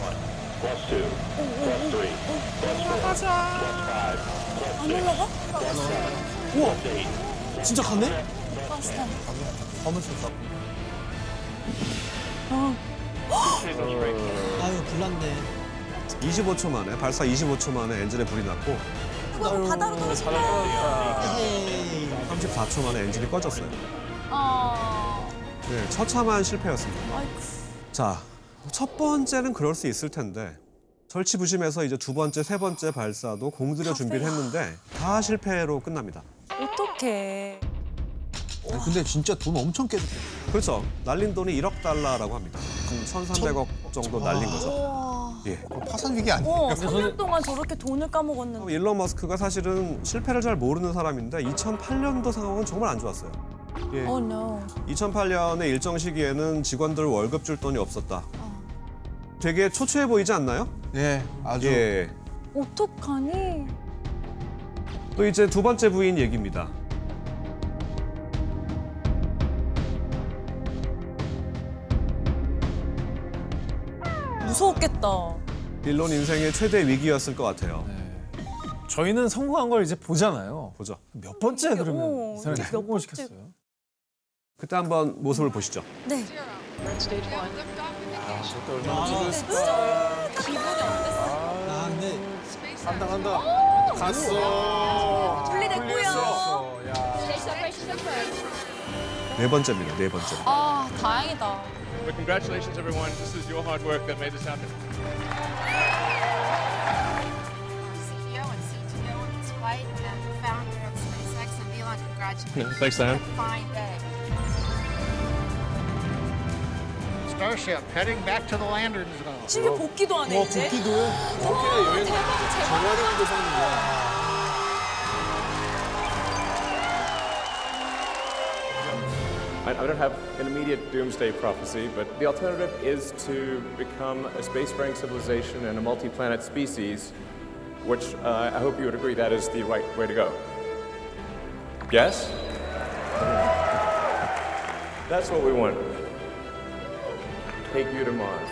[SPEAKER 4] 올라가?
[SPEAKER 7] 진짜 갔네? 어. 아유 불났네.
[SPEAKER 3] 25초 만에 발사 25초 만에 엔진에 불이 났고
[SPEAKER 4] 그거 바다로 떨어진 거야
[SPEAKER 3] 34초 만에 엔진이 꺼졌어요.
[SPEAKER 4] 아,
[SPEAKER 3] 네, 처참한 실패였습니다. 자, 첫 번째는 그럴 수 있을 텐데 절치부심해서 이제 두 번째, 세 번째 발사도 공들여 준비를 했는데 다 실패로 끝납니다.
[SPEAKER 4] 어떡해
[SPEAKER 2] 아니, 어, 근데 진짜 돈 엄청 깨졌어.
[SPEAKER 3] 그렇죠. 날린 돈이 1억 달러라고 합니다. 한 1,300억 정도 날린 거죠. 예.
[SPEAKER 2] 파산 위기 아니야?
[SPEAKER 4] 어, 3년 동안 저렇게 돈을 까먹었는데
[SPEAKER 3] 일론 머스크가 사실은 실패를 잘 모르는 사람인데 2008년도 상황은 정말 안 좋았어요.
[SPEAKER 4] Oh no.
[SPEAKER 3] 2008년에 일정 시기에는 직원들 월급 줄 돈이 없었다. 되게 초췌해 보이지 않나요?
[SPEAKER 2] 예, 아주.
[SPEAKER 3] 예.
[SPEAKER 4] 어떡하니?
[SPEAKER 3] 또 이제 두 번째 부인 얘기입니다.
[SPEAKER 4] 무서웠겠다.
[SPEAKER 3] 일론 인생의 최대 위기였을 것 같아요.
[SPEAKER 1] 저희는 성공한 걸 이제 보잖아요.
[SPEAKER 3] 보죠.
[SPEAKER 1] 몇 번째
[SPEAKER 4] 어,
[SPEAKER 1] 그러면 이 사람이
[SPEAKER 4] 이게 몇
[SPEAKER 1] 성공을
[SPEAKER 4] 번째?
[SPEAKER 1] 시켰어요?
[SPEAKER 3] 그때 한번 모습을 보시죠.
[SPEAKER 4] 네.
[SPEAKER 7] 아 근데
[SPEAKER 1] 간다 간다. 갔어.
[SPEAKER 4] 분리됐고요.
[SPEAKER 1] 어, 야.
[SPEAKER 3] 네 번째입니다. 네 번째.
[SPEAKER 8] 아, 다행이다.
[SPEAKER 5] But congratulations, everyone. This is your hard work that made this happen.
[SPEAKER 10] CEO and CTO of this flight and the founder of SpaceX and Elon, congratulations.
[SPEAKER 5] Thanks, Diane.
[SPEAKER 10] Have a Fine day.
[SPEAKER 11] Starship heading back to the lander zone.
[SPEAKER 4] 심지어 복귀도 안 어, 해, 이제.
[SPEAKER 1] 복귀도요? 복귀가 여행 정화령도 사는 거야.
[SPEAKER 5] I, I don't have an immediate doomsday prophecy, but the alternative is to become a spacefaring civilization and a multi planet species, which uh, I hope you would agree that is the right way to go. Yes? That's what we want. Take you to Mars.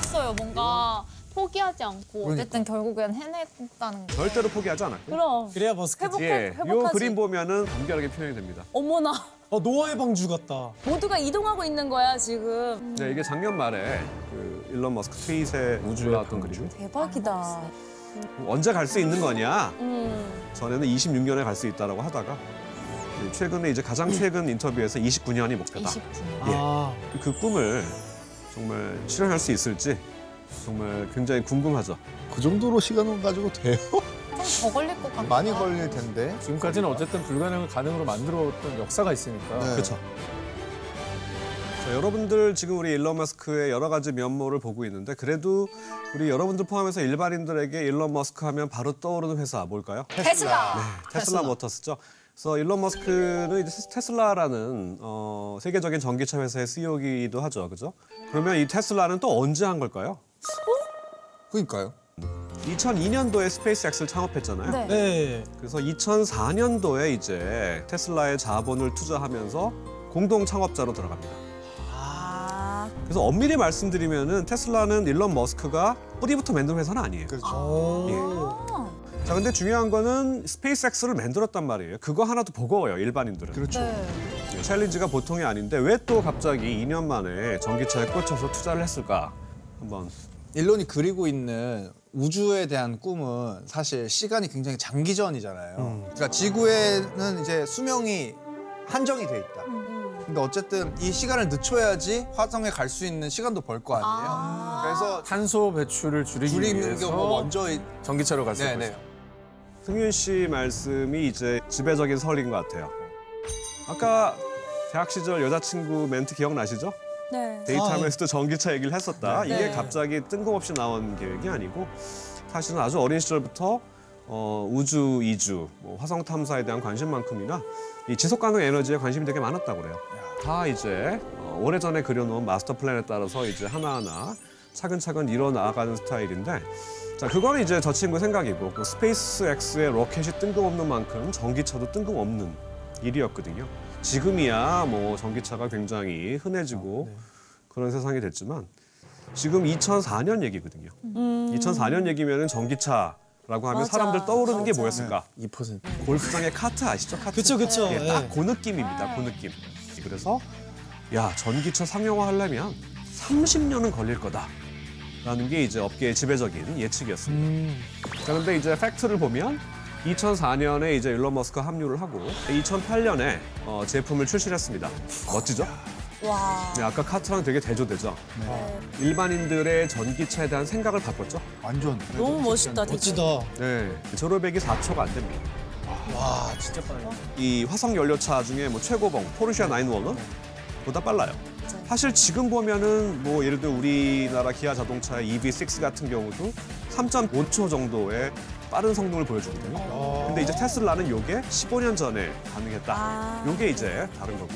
[SPEAKER 8] 있어요. 뭔가 포기하지 않고 어쨌든 결국엔 해냈다는 거.
[SPEAKER 3] 절대로 포기하지 않아요.
[SPEAKER 4] 그럼.
[SPEAKER 7] 그래야 머스크.
[SPEAKER 3] 예, 요 그림 보면은 간결하게 표현이 됩니다.
[SPEAKER 4] 어머나
[SPEAKER 7] 어, 노아의 방주 같다.
[SPEAKER 4] 모두가 이동하고 있는 거야 지금.
[SPEAKER 3] 네, 이게 작년 말에 그 일론 머스크 트윗에 우주에 나왔던 네, 그림. 뭐
[SPEAKER 4] 대박이다.
[SPEAKER 3] 언제 갈 수 있는 거냐?
[SPEAKER 4] 음.
[SPEAKER 3] 전에는 26년에 갈 수 있다라고 하다가 그 최근에 이제 가장 최근 인터뷰에서 29년이 목표다.
[SPEAKER 8] 29.
[SPEAKER 7] 아,
[SPEAKER 3] 그 꿈을 정말 실현할 수 있을지 정말 굉장히 궁금하죠.
[SPEAKER 2] 그 정도로 시간을 가지고 돼요?
[SPEAKER 8] 좀더 걸릴 것 같아.
[SPEAKER 2] 많이 걸릴 텐데.
[SPEAKER 1] 지금까지는 어쨌든 불가능을 가능으로 만들었던 역사가 있으니까.
[SPEAKER 2] 네.
[SPEAKER 3] 그렇죠. 자, 여러분들 지금 우리 일론 머스크의 여러 가지 면모를 보고 있는데 그래도 우리 여러분들 포함해서 일반인들에게 일론 머스크 하면 바로 떠오르는 회사 뭘까요?
[SPEAKER 8] 테슬라.
[SPEAKER 3] 테슬라 모터스죠. 그래서 일론 머스크는 이제 테슬라라는 어, 세계적인 전기차 회사의 CEO이기도 하죠. 그죠? 그러면 이 테슬라는 또 언제 한 걸까요?
[SPEAKER 2] 그러니까요.
[SPEAKER 3] 2002년도에 스페이스X를 창업했잖아요.
[SPEAKER 4] 네.
[SPEAKER 7] 네.
[SPEAKER 3] 그래서 2004년도에 이제 테슬라의 자본을 투자하면서 공동 창업자로 들어갑니다.
[SPEAKER 4] 아
[SPEAKER 3] 그래서 엄밀히 말씀드리면은 테슬라는 일론 머스크가 뿌리부터 만든 회사는 아니에요. 예.
[SPEAKER 2] 그렇죠.
[SPEAKER 3] 자, 근데 중요한 거는 스페이스X를 만들었단 말이에요. 그거 하나도 버거워요, 일반인들은.
[SPEAKER 2] 그렇죠.
[SPEAKER 3] 네, 챌린지가 보통이 아닌데 왜 또 갑자기 2년 만에 전기차에 꽂혀서 투자를 했을까? 한번
[SPEAKER 2] 일론이 그리고 있는 우주에 대한 꿈은 사실 시간이 굉장히 장기전이잖아요. 그러니까 지구에는 이제 수명이 한정이 돼 있다. 근데 어쨌든 이 시간을 늦춰야지 화성에 갈 수 있는 시간도 벌 거 아니에요. 그래서
[SPEAKER 1] 탄소 배출을 줄이기
[SPEAKER 2] 줄이는
[SPEAKER 1] 위해서
[SPEAKER 2] 경우 먼저 이-
[SPEAKER 1] 전기차로 갔을
[SPEAKER 2] 네네.
[SPEAKER 1] 거죠.
[SPEAKER 3] 승윤 씨 말씀이 이제 지배적인 설인 것 같아요. 아까 대학 시절 여자친구 멘트 기억나시죠?
[SPEAKER 4] 네.
[SPEAKER 3] 데이트하면서도 전기차 얘기를 했었다. 이게 갑자기 뜬금없이 나온 계획이 아니고 사실은 아주 어린 시절부터 어, 우주 이주, 뭐 화성 탐사에 대한 관심만큼이나 이 지속 가능 에너지에 관심이 되게 많았다고 그래요. 다 이제 어, 오래전에 그려놓은 마스터 플랜에 따라서 이제 하나하나 차근차근 이뤄 나가는 스타일인데 자 그거는 이제 저 친구 생각이고 그 스페이스X의 로켓이 뜬금없는 만큼 전기차도 뜬금없는 일이었거든요. 지금이야 뭐 전기차가 굉장히 흔해지고
[SPEAKER 4] 아, 네.
[SPEAKER 3] 그런 세상이 됐지만 지금 2004년 얘기거든요. 2004년 얘기면은 전기차라고 하면
[SPEAKER 4] 음. 맞아,
[SPEAKER 3] 사람들 떠오르는 게
[SPEAKER 4] 맞아.
[SPEAKER 3] 뭐였을까?
[SPEAKER 1] 2%.
[SPEAKER 3] 골프장의 카트 아시죠? 카트.
[SPEAKER 7] 그쵸, 그쵸.
[SPEAKER 3] 예,
[SPEAKER 7] 예.
[SPEAKER 3] 딱그 느낌입니다. 그 느낌. 그래서 야 전기차 상용화 하려면 30년은 걸릴 거다. 라는 게 이제 업계의 지배적인 예측이었습니다.
[SPEAKER 7] 음.
[SPEAKER 3] 자, 그런데 이제 팩트를 보면 2004년에 이제 일론 머스크가 합류를 하고 2008년에 어, 제품을 출시를 했습니다. 멋지죠?
[SPEAKER 4] 와.
[SPEAKER 3] 네, 아까 카트랑 되게 대조되죠? 일반인들의 전기차에 대한 생각을 바꿨죠?
[SPEAKER 2] 완전
[SPEAKER 4] 너무 멋있다. 되게.
[SPEAKER 7] 멋지다.
[SPEAKER 3] 네. 졸업액이 4초가 안 됩니다.
[SPEAKER 7] 아, 와, 진짜 빠르다.
[SPEAKER 3] 이 화성 연료차 중에 뭐 최고봉 포르쉐 911
[SPEAKER 7] 네.
[SPEAKER 3] 보다 빨라요. 사실 지금 보면은 뭐 예를 들어 우리나라 기아 자동차의 EV6 같은 경우도 3.5초 정도의 빠른 성능을 보여주거든요.
[SPEAKER 7] 아.
[SPEAKER 3] 근데 이제 테슬라는 요게 15년 전에 가능했다. 요게 이제 다른 거고.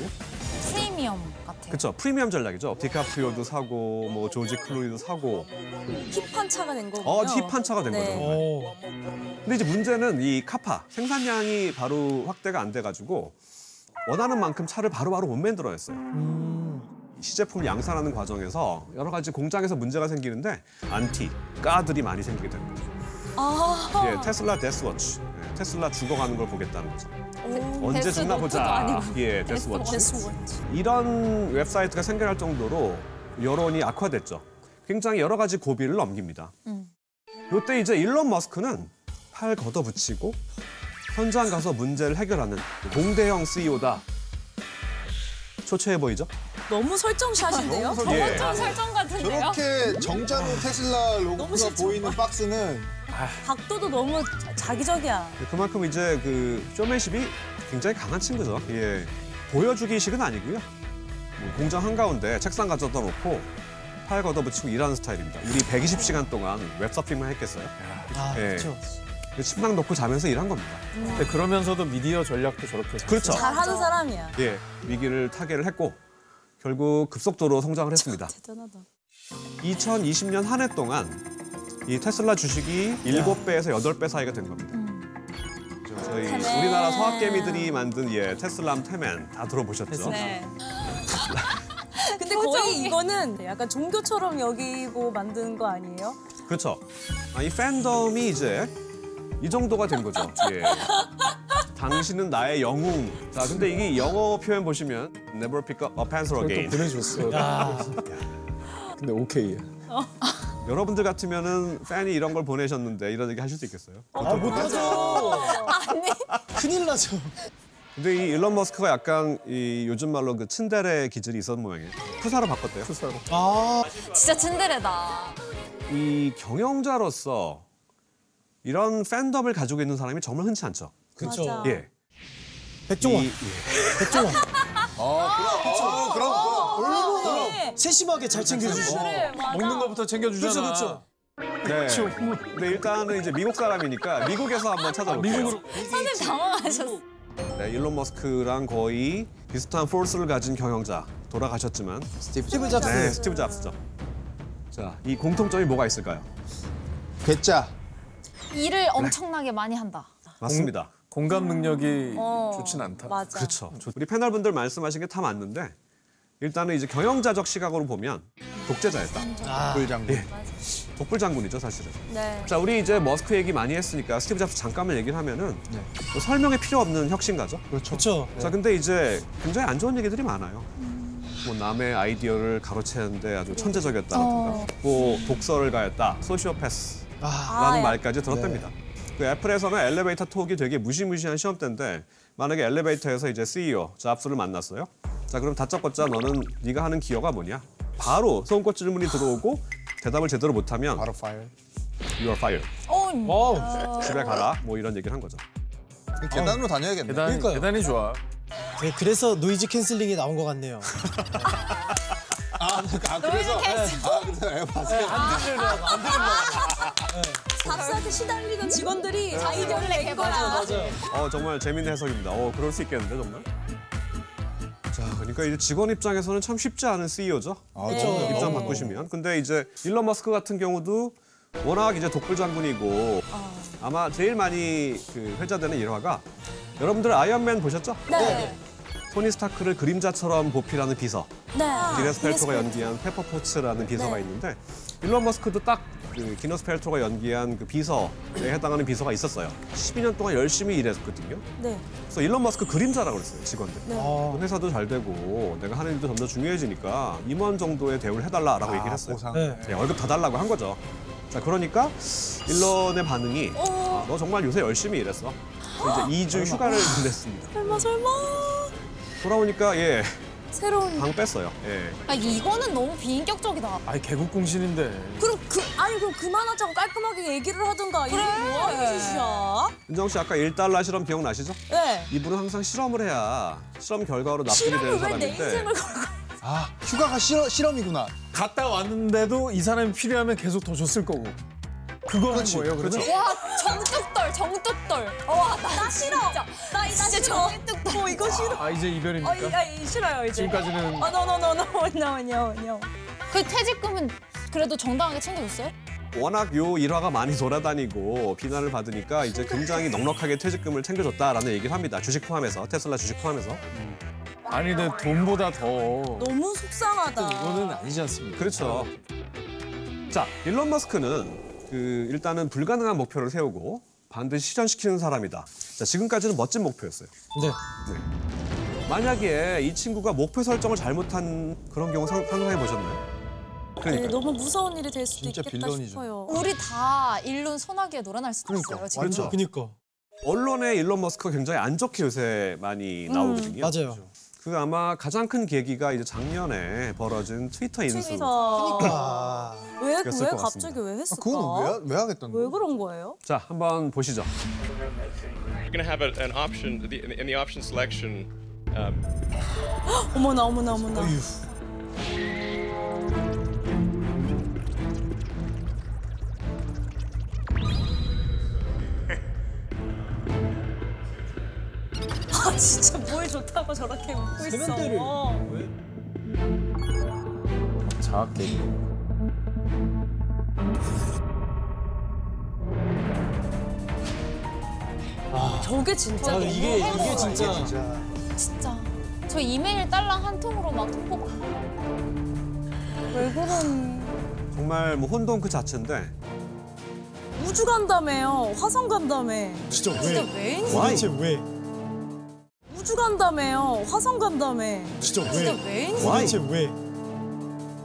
[SPEAKER 8] 프리미엄 같아.
[SPEAKER 3] 그쵸 프리미엄 전략이죠. 디카프리오도 사고 뭐 조지 클루니도 사고.
[SPEAKER 4] 힙한 차가 된 거군요.
[SPEAKER 3] 어, 힙한 차가 된
[SPEAKER 4] 네.
[SPEAKER 3] 거죠.
[SPEAKER 7] 오.
[SPEAKER 3] 근데 이제 문제는 이 카파 생산량이 바로 확대가 안 돼가지고 원하는 만큼 차를 바로바로 못 만들어냈어요. 시제품 양산하는 과정에서 여러 가지 공장에서 문제가 생기는데 안티 까들이 많이 생기게 되는 거죠.
[SPEAKER 4] 아.
[SPEAKER 3] 예, 테슬라 데스워치, 예, 테슬라 죽어가는 걸 보겠다는 거죠. 언제
[SPEAKER 8] 데스
[SPEAKER 3] 죽나
[SPEAKER 8] 노트도
[SPEAKER 3] 보자.
[SPEAKER 8] 아니고.
[SPEAKER 3] 예, 데스워치. 이런 웹사이트가 생겨날 정도로 여론이 악화됐죠. 굉장히 여러 가지 고비를 넘깁니다. 이때 이제 일론 머스크는 팔 걷어붙이고 현장 가서 문제를 해결하는 공대형 CEO다. 초췌해 보이죠?
[SPEAKER 4] 너무 설정샷인데요?
[SPEAKER 2] 너무
[SPEAKER 3] 예.
[SPEAKER 2] 설정.
[SPEAKER 8] 엄청 설정 같은데요?
[SPEAKER 2] 저렇게 정자로 테슬라
[SPEAKER 4] 너무
[SPEAKER 2] 로고가
[SPEAKER 4] 싫죠.
[SPEAKER 2] 보이는 박스는
[SPEAKER 4] 각도도 너무 자기적이야.
[SPEAKER 3] 네, 그만큼 이제 그 쇼맨십이 굉장히 강한 친구죠. 예. 보여주기식은 아니고요. 뭐 공장 한가운데 책상 가져다 놓고 팔 걷어붙이고 일하는 스타일입니다. 우리 120시간 동안 웹서핑만 했겠어요?
[SPEAKER 7] 아,
[SPEAKER 3] 예.
[SPEAKER 7] 그렇죠.
[SPEAKER 3] 침낭 놓고 자면서 일한 겁니다.
[SPEAKER 1] 근데 그러면서도 미디어 전략도 저렇게.
[SPEAKER 3] 그렇죠.
[SPEAKER 4] 잘하는 사람이야.
[SPEAKER 3] 예, 위기를 타개를 했고 결국 급속도로 성장을 했습니다.
[SPEAKER 4] 대단하다.
[SPEAKER 3] 2020년 한 해 동안 이 테슬라 주식이 7배에서 8배 사이가 된 겁니다. 저희
[SPEAKER 4] 음. 테멘.
[SPEAKER 3] 우리나라
[SPEAKER 4] 네.
[SPEAKER 3] 서학개미들이 만든 예, 테슬람 테멘 다 들어보셨죠?
[SPEAKER 8] 네.
[SPEAKER 4] 근데
[SPEAKER 12] 네. 거의 이거는 약간 종교처럼 여기고 만든 거 아니에요?
[SPEAKER 3] 그렇죠. 아, 이 팬덤이 이제 이 정도가 된 거죠. 예. 당신은 나의 영웅. 자, 근데 이게 영어 표현 보시면 never pick up a pencil again.
[SPEAKER 1] 보내줬어. 근데 오케이야.
[SPEAKER 3] 여러분들 같으면은 팬이 이런 걸 보내셨는데 이런 얘기 하실 수 있겠어요?
[SPEAKER 7] 아, 못하죠.
[SPEAKER 12] 아니.
[SPEAKER 7] 큰일 나죠.
[SPEAKER 3] 근데 이 일론 머스크가 약간 이 요즘 말로 그 츤데레 기질이 있었던 모양이에요. 프사로 바꿨대요. 프사로.
[SPEAKER 7] 아,
[SPEAKER 8] 진짜 츤데레다.
[SPEAKER 3] 이 경영자로서 이런 팬덤을 가지고 있는 사람이 정말 흔치 않죠.
[SPEAKER 7] 그쵸. 맞아.
[SPEAKER 3] 예.
[SPEAKER 7] 백종원. 백종원.
[SPEAKER 2] 어, 그럼
[SPEAKER 7] 얼마나 세심하게 잘 챙겨주시죠.
[SPEAKER 1] 먹는 거부터 챙겨주잖아.
[SPEAKER 7] 그쵸, 그쵸.
[SPEAKER 3] 네. 근데 일단은 이제 미국 사람이니까 미국에서 한번 찾아볼게요.
[SPEAKER 1] 미국으로.
[SPEAKER 8] 선생님 당황하셨어.
[SPEAKER 3] 네, 일론 머스크랑 거의 비슷한 포스를 가진 경영자 돌아가셨지만
[SPEAKER 2] 스티브,
[SPEAKER 7] 잡스.
[SPEAKER 3] 네, 스티브 잡스죠. 자, 이 공통점이 뭐가 있을까요?
[SPEAKER 2] 괴짜.
[SPEAKER 8] 일을 엄청나게 많이 한다.
[SPEAKER 3] 맞습니다.
[SPEAKER 1] 공감 능력이
[SPEAKER 8] 어,
[SPEAKER 1] 좋진 않다.
[SPEAKER 8] 맞아.
[SPEAKER 1] 그렇죠.
[SPEAKER 3] 우리 패널분들 말씀하신 게 다 맞는데 일단은 이제 경영자적 시각으로 보면 독재자였다. 예.
[SPEAKER 2] 불장군.
[SPEAKER 3] 독불 장군이죠, 사실은.
[SPEAKER 12] 네.
[SPEAKER 3] 자, 우리 이제 머스크 얘기 많이 했으니까 스티브 잡스 잠깐만 얘기를 하면은 뭐 설명이 필요 없는 혁신가죠.
[SPEAKER 2] 네. 그렇죠.
[SPEAKER 7] 그렇죠.
[SPEAKER 3] 자, 근데 이제 굉장히 안 좋은 얘기들이 많아요. 뭐 남의 아이디어를 가로채는데 아주 천재적이었다라든가,
[SPEAKER 12] 어.
[SPEAKER 3] 뭐 독서를 가했다, 소시오패스.
[SPEAKER 7] 아,
[SPEAKER 3] 라는
[SPEAKER 12] 아,
[SPEAKER 3] 말까지 들었답니다.
[SPEAKER 2] 네.
[SPEAKER 3] 그 애플에서는 엘리베이터 톡이 되게 무시무시한 시험대인데 만약에 엘리베이터에서 이제 E CEO 잡스를 만났어요. 자 그럼 다짜고짜 너는 네가 하는 기여가 뭐냐? 바로 손꼽 질문이 들어오고 대답을 제대로 못하면
[SPEAKER 2] 바로 파일.
[SPEAKER 3] you are fired.
[SPEAKER 7] 어,
[SPEAKER 3] 집에 가라. 뭐 이런 얘기를 한 거죠.
[SPEAKER 2] 어. 계단으로 다녀야겠네.
[SPEAKER 1] 계단
[SPEAKER 7] 그러니까요.
[SPEAKER 1] 계단이 좋아.
[SPEAKER 7] 네, 그래서 노이즈 캔슬링이 나온 것 같네요.
[SPEAKER 2] 아, 아,
[SPEAKER 8] 네.
[SPEAKER 2] 그래서 아, 그래서 애 봤어요.
[SPEAKER 12] 잡스한테 시달리던 직원들이 아이디어를 낸 거야.
[SPEAKER 3] 어 정말 재밌는 해석입니다. 어 그럴 수 있겠는데 정말. 자 그러니까 이제 직원 입장에서는 참 쉽지 않은 CEO죠. 네.
[SPEAKER 2] 아, 저
[SPEAKER 3] 입장 바꾸시면. 근데 이제 일론 머스크 같은 경우도 워낙 이제 독불 장군이고 아마 제일 많이 그 회자되는 일화가 여러분들 아이언맨 보셨죠?
[SPEAKER 12] 네.
[SPEAKER 3] 토니 스타크를 그림자처럼 보피라는 비서,
[SPEAKER 12] 네.
[SPEAKER 3] 기네스 펠토가 네. 연기한 페퍼포츠라는 비서가 있는데 일론 머스크도 딱그 기네스 펠토가 연기한 그 비서에 해당하는 비서가 있었어요. 12년 동안 열심히 일했거든요.
[SPEAKER 12] 네.
[SPEAKER 3] 그래서 일론 머스크 그림자라고 그랬어요, 직원들.
[SPEAKER 2] 아.
[SPEAKER 7] 어,
[SPEAKER 3] 회사도 잘 되고 내가 하는 일도 점점 중요해지니까 임원 정도의 대우를 해달라라고 얘기를 했어요.
[SPEAKER 2] 아, 보상.
[SPEAKER 7] 네.
[SPEAKER 3] 네, 월급 더 달라고 한 거죠. 자, 그러니까 일론의 반응이 아, 너 정말 요새 열심히 일했어. 그래서 이제 2주 휴가를 보냈습니다.
[SPEAKER 12] 설마 설마
[SPEAKER 3] 돌아오니까 예,
[SPEAKER 12] 새로운.
[SPEAKER 3] 방 뺐어요. 예.
[SPEAKER 8] 아, 이거는 너무 비인격적이다.
[SPEAKER 1] 아이 개국 공신인데.
[SPEAKER 12] 그럼 그 아니 그럼 그만하자고 깔끔하게 얘기를 하든가 이게 뭐하는 짓이야?
[SPEAKER 3] 은정 씨 아까 1달러 실험 기억나시죠?
[SPEAKER 12] 네.
[SPEAKER 3] 이분은 항상 실험을 해야 실험 결과로 납득이 되는
[SPEAKER 12] 실험을 왜 내
[SPEAKER 3] 사람인데
[SPEAKER 12] 인생을 걸고?
[SPEAKER 2] 아, 휴가가 실험, 실험이구나.
[SPEAKER 1] 갔다 왔는데도 이 사람이 필요하면 계속 더 줬을 거고. 그거 한 거예요, 그렇죠?
[SPEAKER 8] 와, 정뚝떨, 정뚝떨. 와, 나 싫어.
[SPEAKER 12] 아, 나 이제 저뭐 이거 싫어.
[SPEAKER 1] 아 이제 이별입니까?
[SPEAKER 12] 어, 이, 아, 이 싫어요 이제.
[SPEAKER 1] 지금까지는
[SPEAKER 12] 어, no no no no no no no.
[SPEAKER 8] 그 퇴직금은 그래도 정당하게 챙겨줬어요?
[SPEAKER 3] 워낙 요 일화가 많이 돌아다니고 비난을 받으니까 이제 굉장히 넉넉하게 퇴직금을 챙겨줬다라는 얘기를 합니다. 주식 포함해서 테슬라 주식 포함해서
[SPEAKER 1] 아니 근데 돈보다 더
[SPEAKER 12] 너무 속상하다.
[SPEAKER 1] 이거는 아니지 않습니까?
[SPEAKER 3] 그렇죠. 자, 일론 머스크는 그 일단은 불가능한 목표를 세우고 반드시 실현시키는 사람이다. 자, 지금까지는 멋진 목표였어요.
[SPEAKER 7] 네.
[SPEAKER 3] 만약에 이 친구가 목표 설정을 잘못한 그런 경우 상, 상상해 보셨나요?
[SPEAKER 12] 네,
[SPEAKER 3] 그러니까
[SPEAKER 12] 너무 무서운 일이 될 수도
[SPEAKER 2] 진짜
[SPEAKER 12] 있겠다
[SPEAKER 2] 빌런이죠.
[SPEAKER 12] 싶어요.
[SPEAKER 8] 우리 다 일론 소나기에 놀아날 수도 있어요. 지금.
[SPEAKER 3] 그렇죠.
[SPEAKER 7] 그니까.
[SPEAKER 3] 언론에 일론 머스크가 굉장히 안 좋게 요새 많이 나오거든요.
[SPEAKER 7] 맞아요.
[SPEAKER 3] 그 아마 가장 큰 계기가 이제 작년에 벌어진 트위터 인수.
[SPEAKER 12] 그래서
[SPEAKER 7] 아,
[SPEAKER 12] 왜, 왜
[SPEAKER 3] 그랬을 것
[SPEAKER 12] 갑자기
[SPEAKER 3] 같습니다.
[SPEAKER 12] 왜
[SPEAKER 2] 아,
[SPEAKER 12] 했을까?
[SPEAKER 2] 그건 왜, 왜 하겠던데?
[SPEAKER 12] 왜 그런 거예요?
[SPEAKER 3] 자, 한번 보시죠.
[SPEAKER 5] You're going to have a, an option the, in the option selection. Um,
[SPEAKER 12] 어머나 어머나 어머나. 아 진짜 뭘 좋다고 저렇게 웃고 있어.
[SPEAKER 7] 세면대를.
[SPEAKER 12] 어.
[SPEAKER 1] 자학 개입.
[SPEAKER 12] 저게 진짜
[SPEAKER 7] 아,
[SPEAKER 12] 너무
[SPEAKER 7] 이게 이게 진짜.
[SPEAKER 8] 진짜. 저 이메일 딸랑 한 통으로 막 톡보고.
[SPEAKER 4] 왜 그러니?
[SPEAKER 3] 정말 뭐 혼돈 그 자체인데
[SPEAKER 4] 우주 간다며요. 화성 간다며.
[SPEAKER 7] 진짜 왜?
[SPEAKER 4] 진짜 왜?
[SPEAKER 7] 도대체 왜?
[SPEAKER 4] 우주 간다며요. 화성 간다며.
[SPEAKER 7] 진짜 왜?
[SPEAKER 4] 진짜 왜?
[SPEAKER 7] 도대체 왜?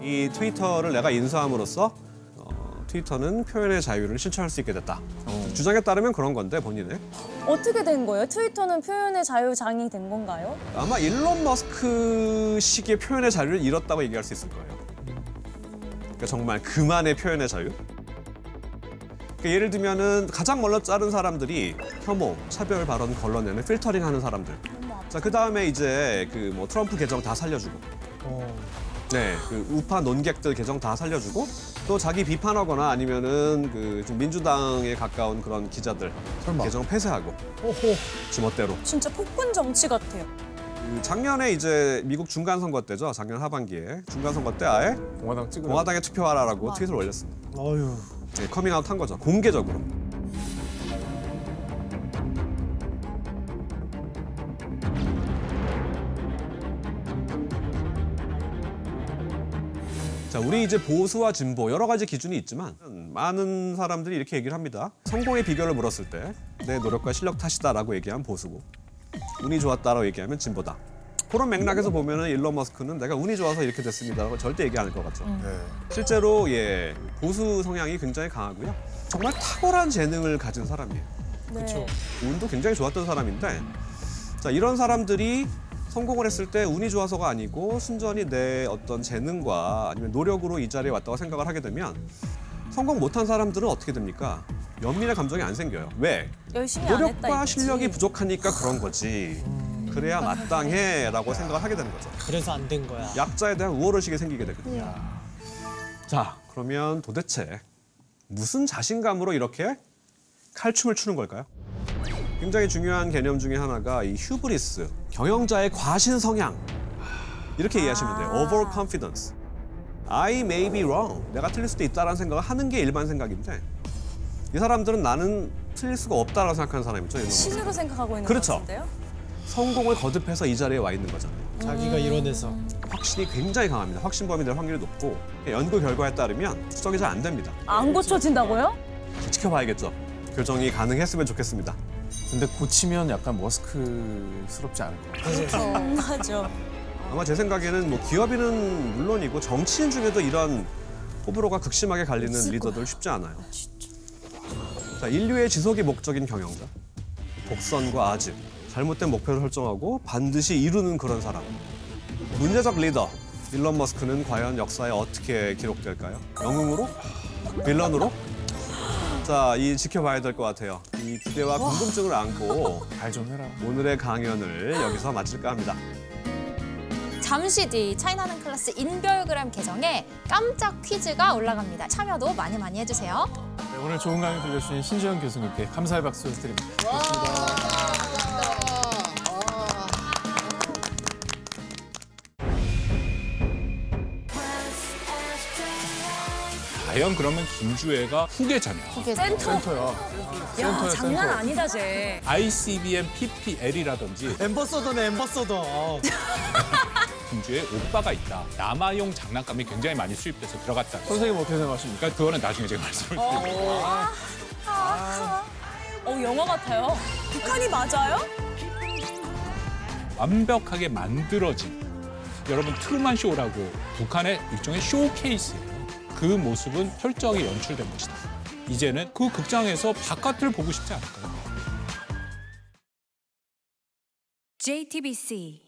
[SPEAKER 3] 이 트위터를 내가 인수함으로써 어, 트위터는 표현의 자유를 실천할 수 있게 됐다.
[SPEAKER 7] 어.
[SPEAKER 3] 주장에 따르면 그런 건데 본인의
[SPEAKER 4] 어떻게 된 거예요? 트위터는 표현의 자유장이 된 건가요?
[SPEAKER 3] 아마 일론 머스크 식의 표현의 자유를 잃었다고 얘기할 수 있을 거예요. 그러니까 정말 그만의 표현의 자유. 그러니까 예를 들면은 가장 먼저 자른 사람들이 혐오, 차별 발언 걸러내는 필터링하는 사람들. 자 그 다음에 이제 그 뭐 트럼프 계정 다 살려주고. 네, 그 우파 논객들 계정 다 살려주고 또 자기 비판하거나 아니면은 그좀 민주당에 가까운 그런 기자들 계정 폐쇄하고
[SPEAKER 4] 오호.
[SPEAKER 3] 지멋대로.
[SPEAKER 4] 진짜 폭군 정치 같아요.
[SPEAKER 3] 그 작년에 이제 미국 중간 선거 때죠. 작년 하반기에 중간 선거 때 아예
[SPEAKER 13] 공화당 찍으
[SPEAKER 3] 공화당에 투표하라라고 트윗을 올렸습니다.
[SPEAKER 7] 어휴.
[SPEAKER 3] 네, 커밍아웃 한 거죠. 공개적으로. 자, 우리 이제 보수와 진보 여러 가지 기준이 있지만 많은 사람들이 이렇게 얘기를 합니다. 성공의 비결을 물었을 때 내 노력과 실력 탓이다라고 얘기하면 보수고 운이 좋았다라고 얘기하면 진보다. 그런 맥락에서 보면은 일론 머스크는 내가 운이 좋아서 이렇게 됐습니다라고 절대 얘기 안 할 것 같죠. 실제로 예 보수 성향이 굉장히 강하고요. 정말 탁월한 재능을 가진 사람이에요.
[SPEAKER 4] 그렇죠.
[SPEAKER 3] 운도 굉장히 좋았던 사람인데 자 이런 사람들이 성공을 했을 때 운이 좋아서가 아니고 순전히 내 어떤 재능과 아니면 노력으로 이 자리에 왔다고 생각을 하게 되면 성공 못한 사람들은 어떻게 됩니까? 연민의 감정이 안 생겨요. 왜?
[SPEAKER 4] 열심히 안 했다.
[SPEAKER 3] 노력과
[SPEAKER 4] 이거지. 음.
[SPEAKER 3] 실력이 부족하니까 그런 거지. 그래야 마땅해라고 생각을 하게 되는 거죠.
[SPEAKER 7] 그래서 안 된 거야.
[SPEAKER 3] 약자에 대한 우월의식이 생기게 되거든요. 자, 그러면 도대체 무슨 자신감으로 이렇게 칼춤을 추는 걸까요? 굉장히 중요한 개념 중에 하나가 이 휴브리스, 경영자의 과신 성향. 이렇게 이해하시면 돼요. Over confidence. I may be wrong. 내가 틀릴 수도 있다라는 생각을 하는 게 일반 생각인데 이 사람들은 나는 틀릴 수가 없다라고 생각하는 사람이죠. 이런 거.
[SPEAKER 4] 신으로 생각하고 있는
[SPEAKER 3] 그렇죠.
[SPEAKER 4] 것 같은데요?
[SPEAKER 3] 성공을 거듭해서 이 자리에 와 있는 거잖아요.
[SPEAKER 7] 자기가 이뤄내서.
[SPEAKER 3] 확신이 굉장히 강합니다. 확신범이 될 확률이 높고 연구 결과에 따르면 추정이 잘 안 됩니다.
[SPEAKER 4] 안 고쳐진다고요?
[SPEAKER 3] 지켜봐야겠죠. 교정이 가능했으면 좋겠습니다.
[SPEAKER 13] 근데 고치면 약간 머스크스럽지 않을까?
[SPEAKER 4] 어, 맞아.
[SPEAKER 3] 아마 제 생각에는 뭐 기업인은 물론이고 정치인 중에도 이런 호불호가 극심하게 갈리는 리더들 쉽지 않아요. 자, 인류의 지속이 목적인 경영자. 복선과 아집, 잘못된 목표를 설정하고 반드시 이루는 그런 사람. 문제적 리더, 일론 머스크는 과연 역사에 어떻게 기록될까요? 영웅으로? 빌런으로? 자, 이 지켜봐야 될 것 같아요. 이 기대와 궁금증을 안고
[SPEAKER 13] 말 좀 해라.
[SPEAKER 3] 오늘의 강연을 여기서 마칠까 합니다.
[SPEAKER 8] 잠시 뒤 차이나는 클래스 인별그램 계정에 깜짝 퀴즈가 올라갑니다. 참여도 많이 많이 해주세요.
[SPEAKER 13] 네, 오늘 좋은 강의 들려주신 신지현 교수님께 감사의 박수 드립니다.
[SPEAKER 1] 과연 그러면 김주애가 후계자냐?
[SPEAKER 4] 센터. 야, 장난 아니다, 쟤.
[SPEAKER 1] ICBM PPL이라든지
[SPEAKER 7] 엠버서더네 어, 엠버서더.
[SPEAKER 1] 김주애 오빠가 있다. 남아용 장난감이 굉장히 많이 수입돼서 들어갔다.
[SPEAKER 13] 선생님 어떻게 생각하십니까?
[SPEAKER 1] 그러니까 그거는 나중에 제가 말씀을
[SPEAKER 4] 어, 아, 아, 아. 어, 영화 같아요. 북한이 맞아요?
[SPEAKER 1] 완벽하게 만들어진 여러분 트루만 쇼라고 북한의 일종의 쇼케이스예요. 그 모습은 철저하게 연출된 것이다. 이제는 그 극장에서 바깥을 보고 싶지 않을까요?
[SPEAKER 14] JTBC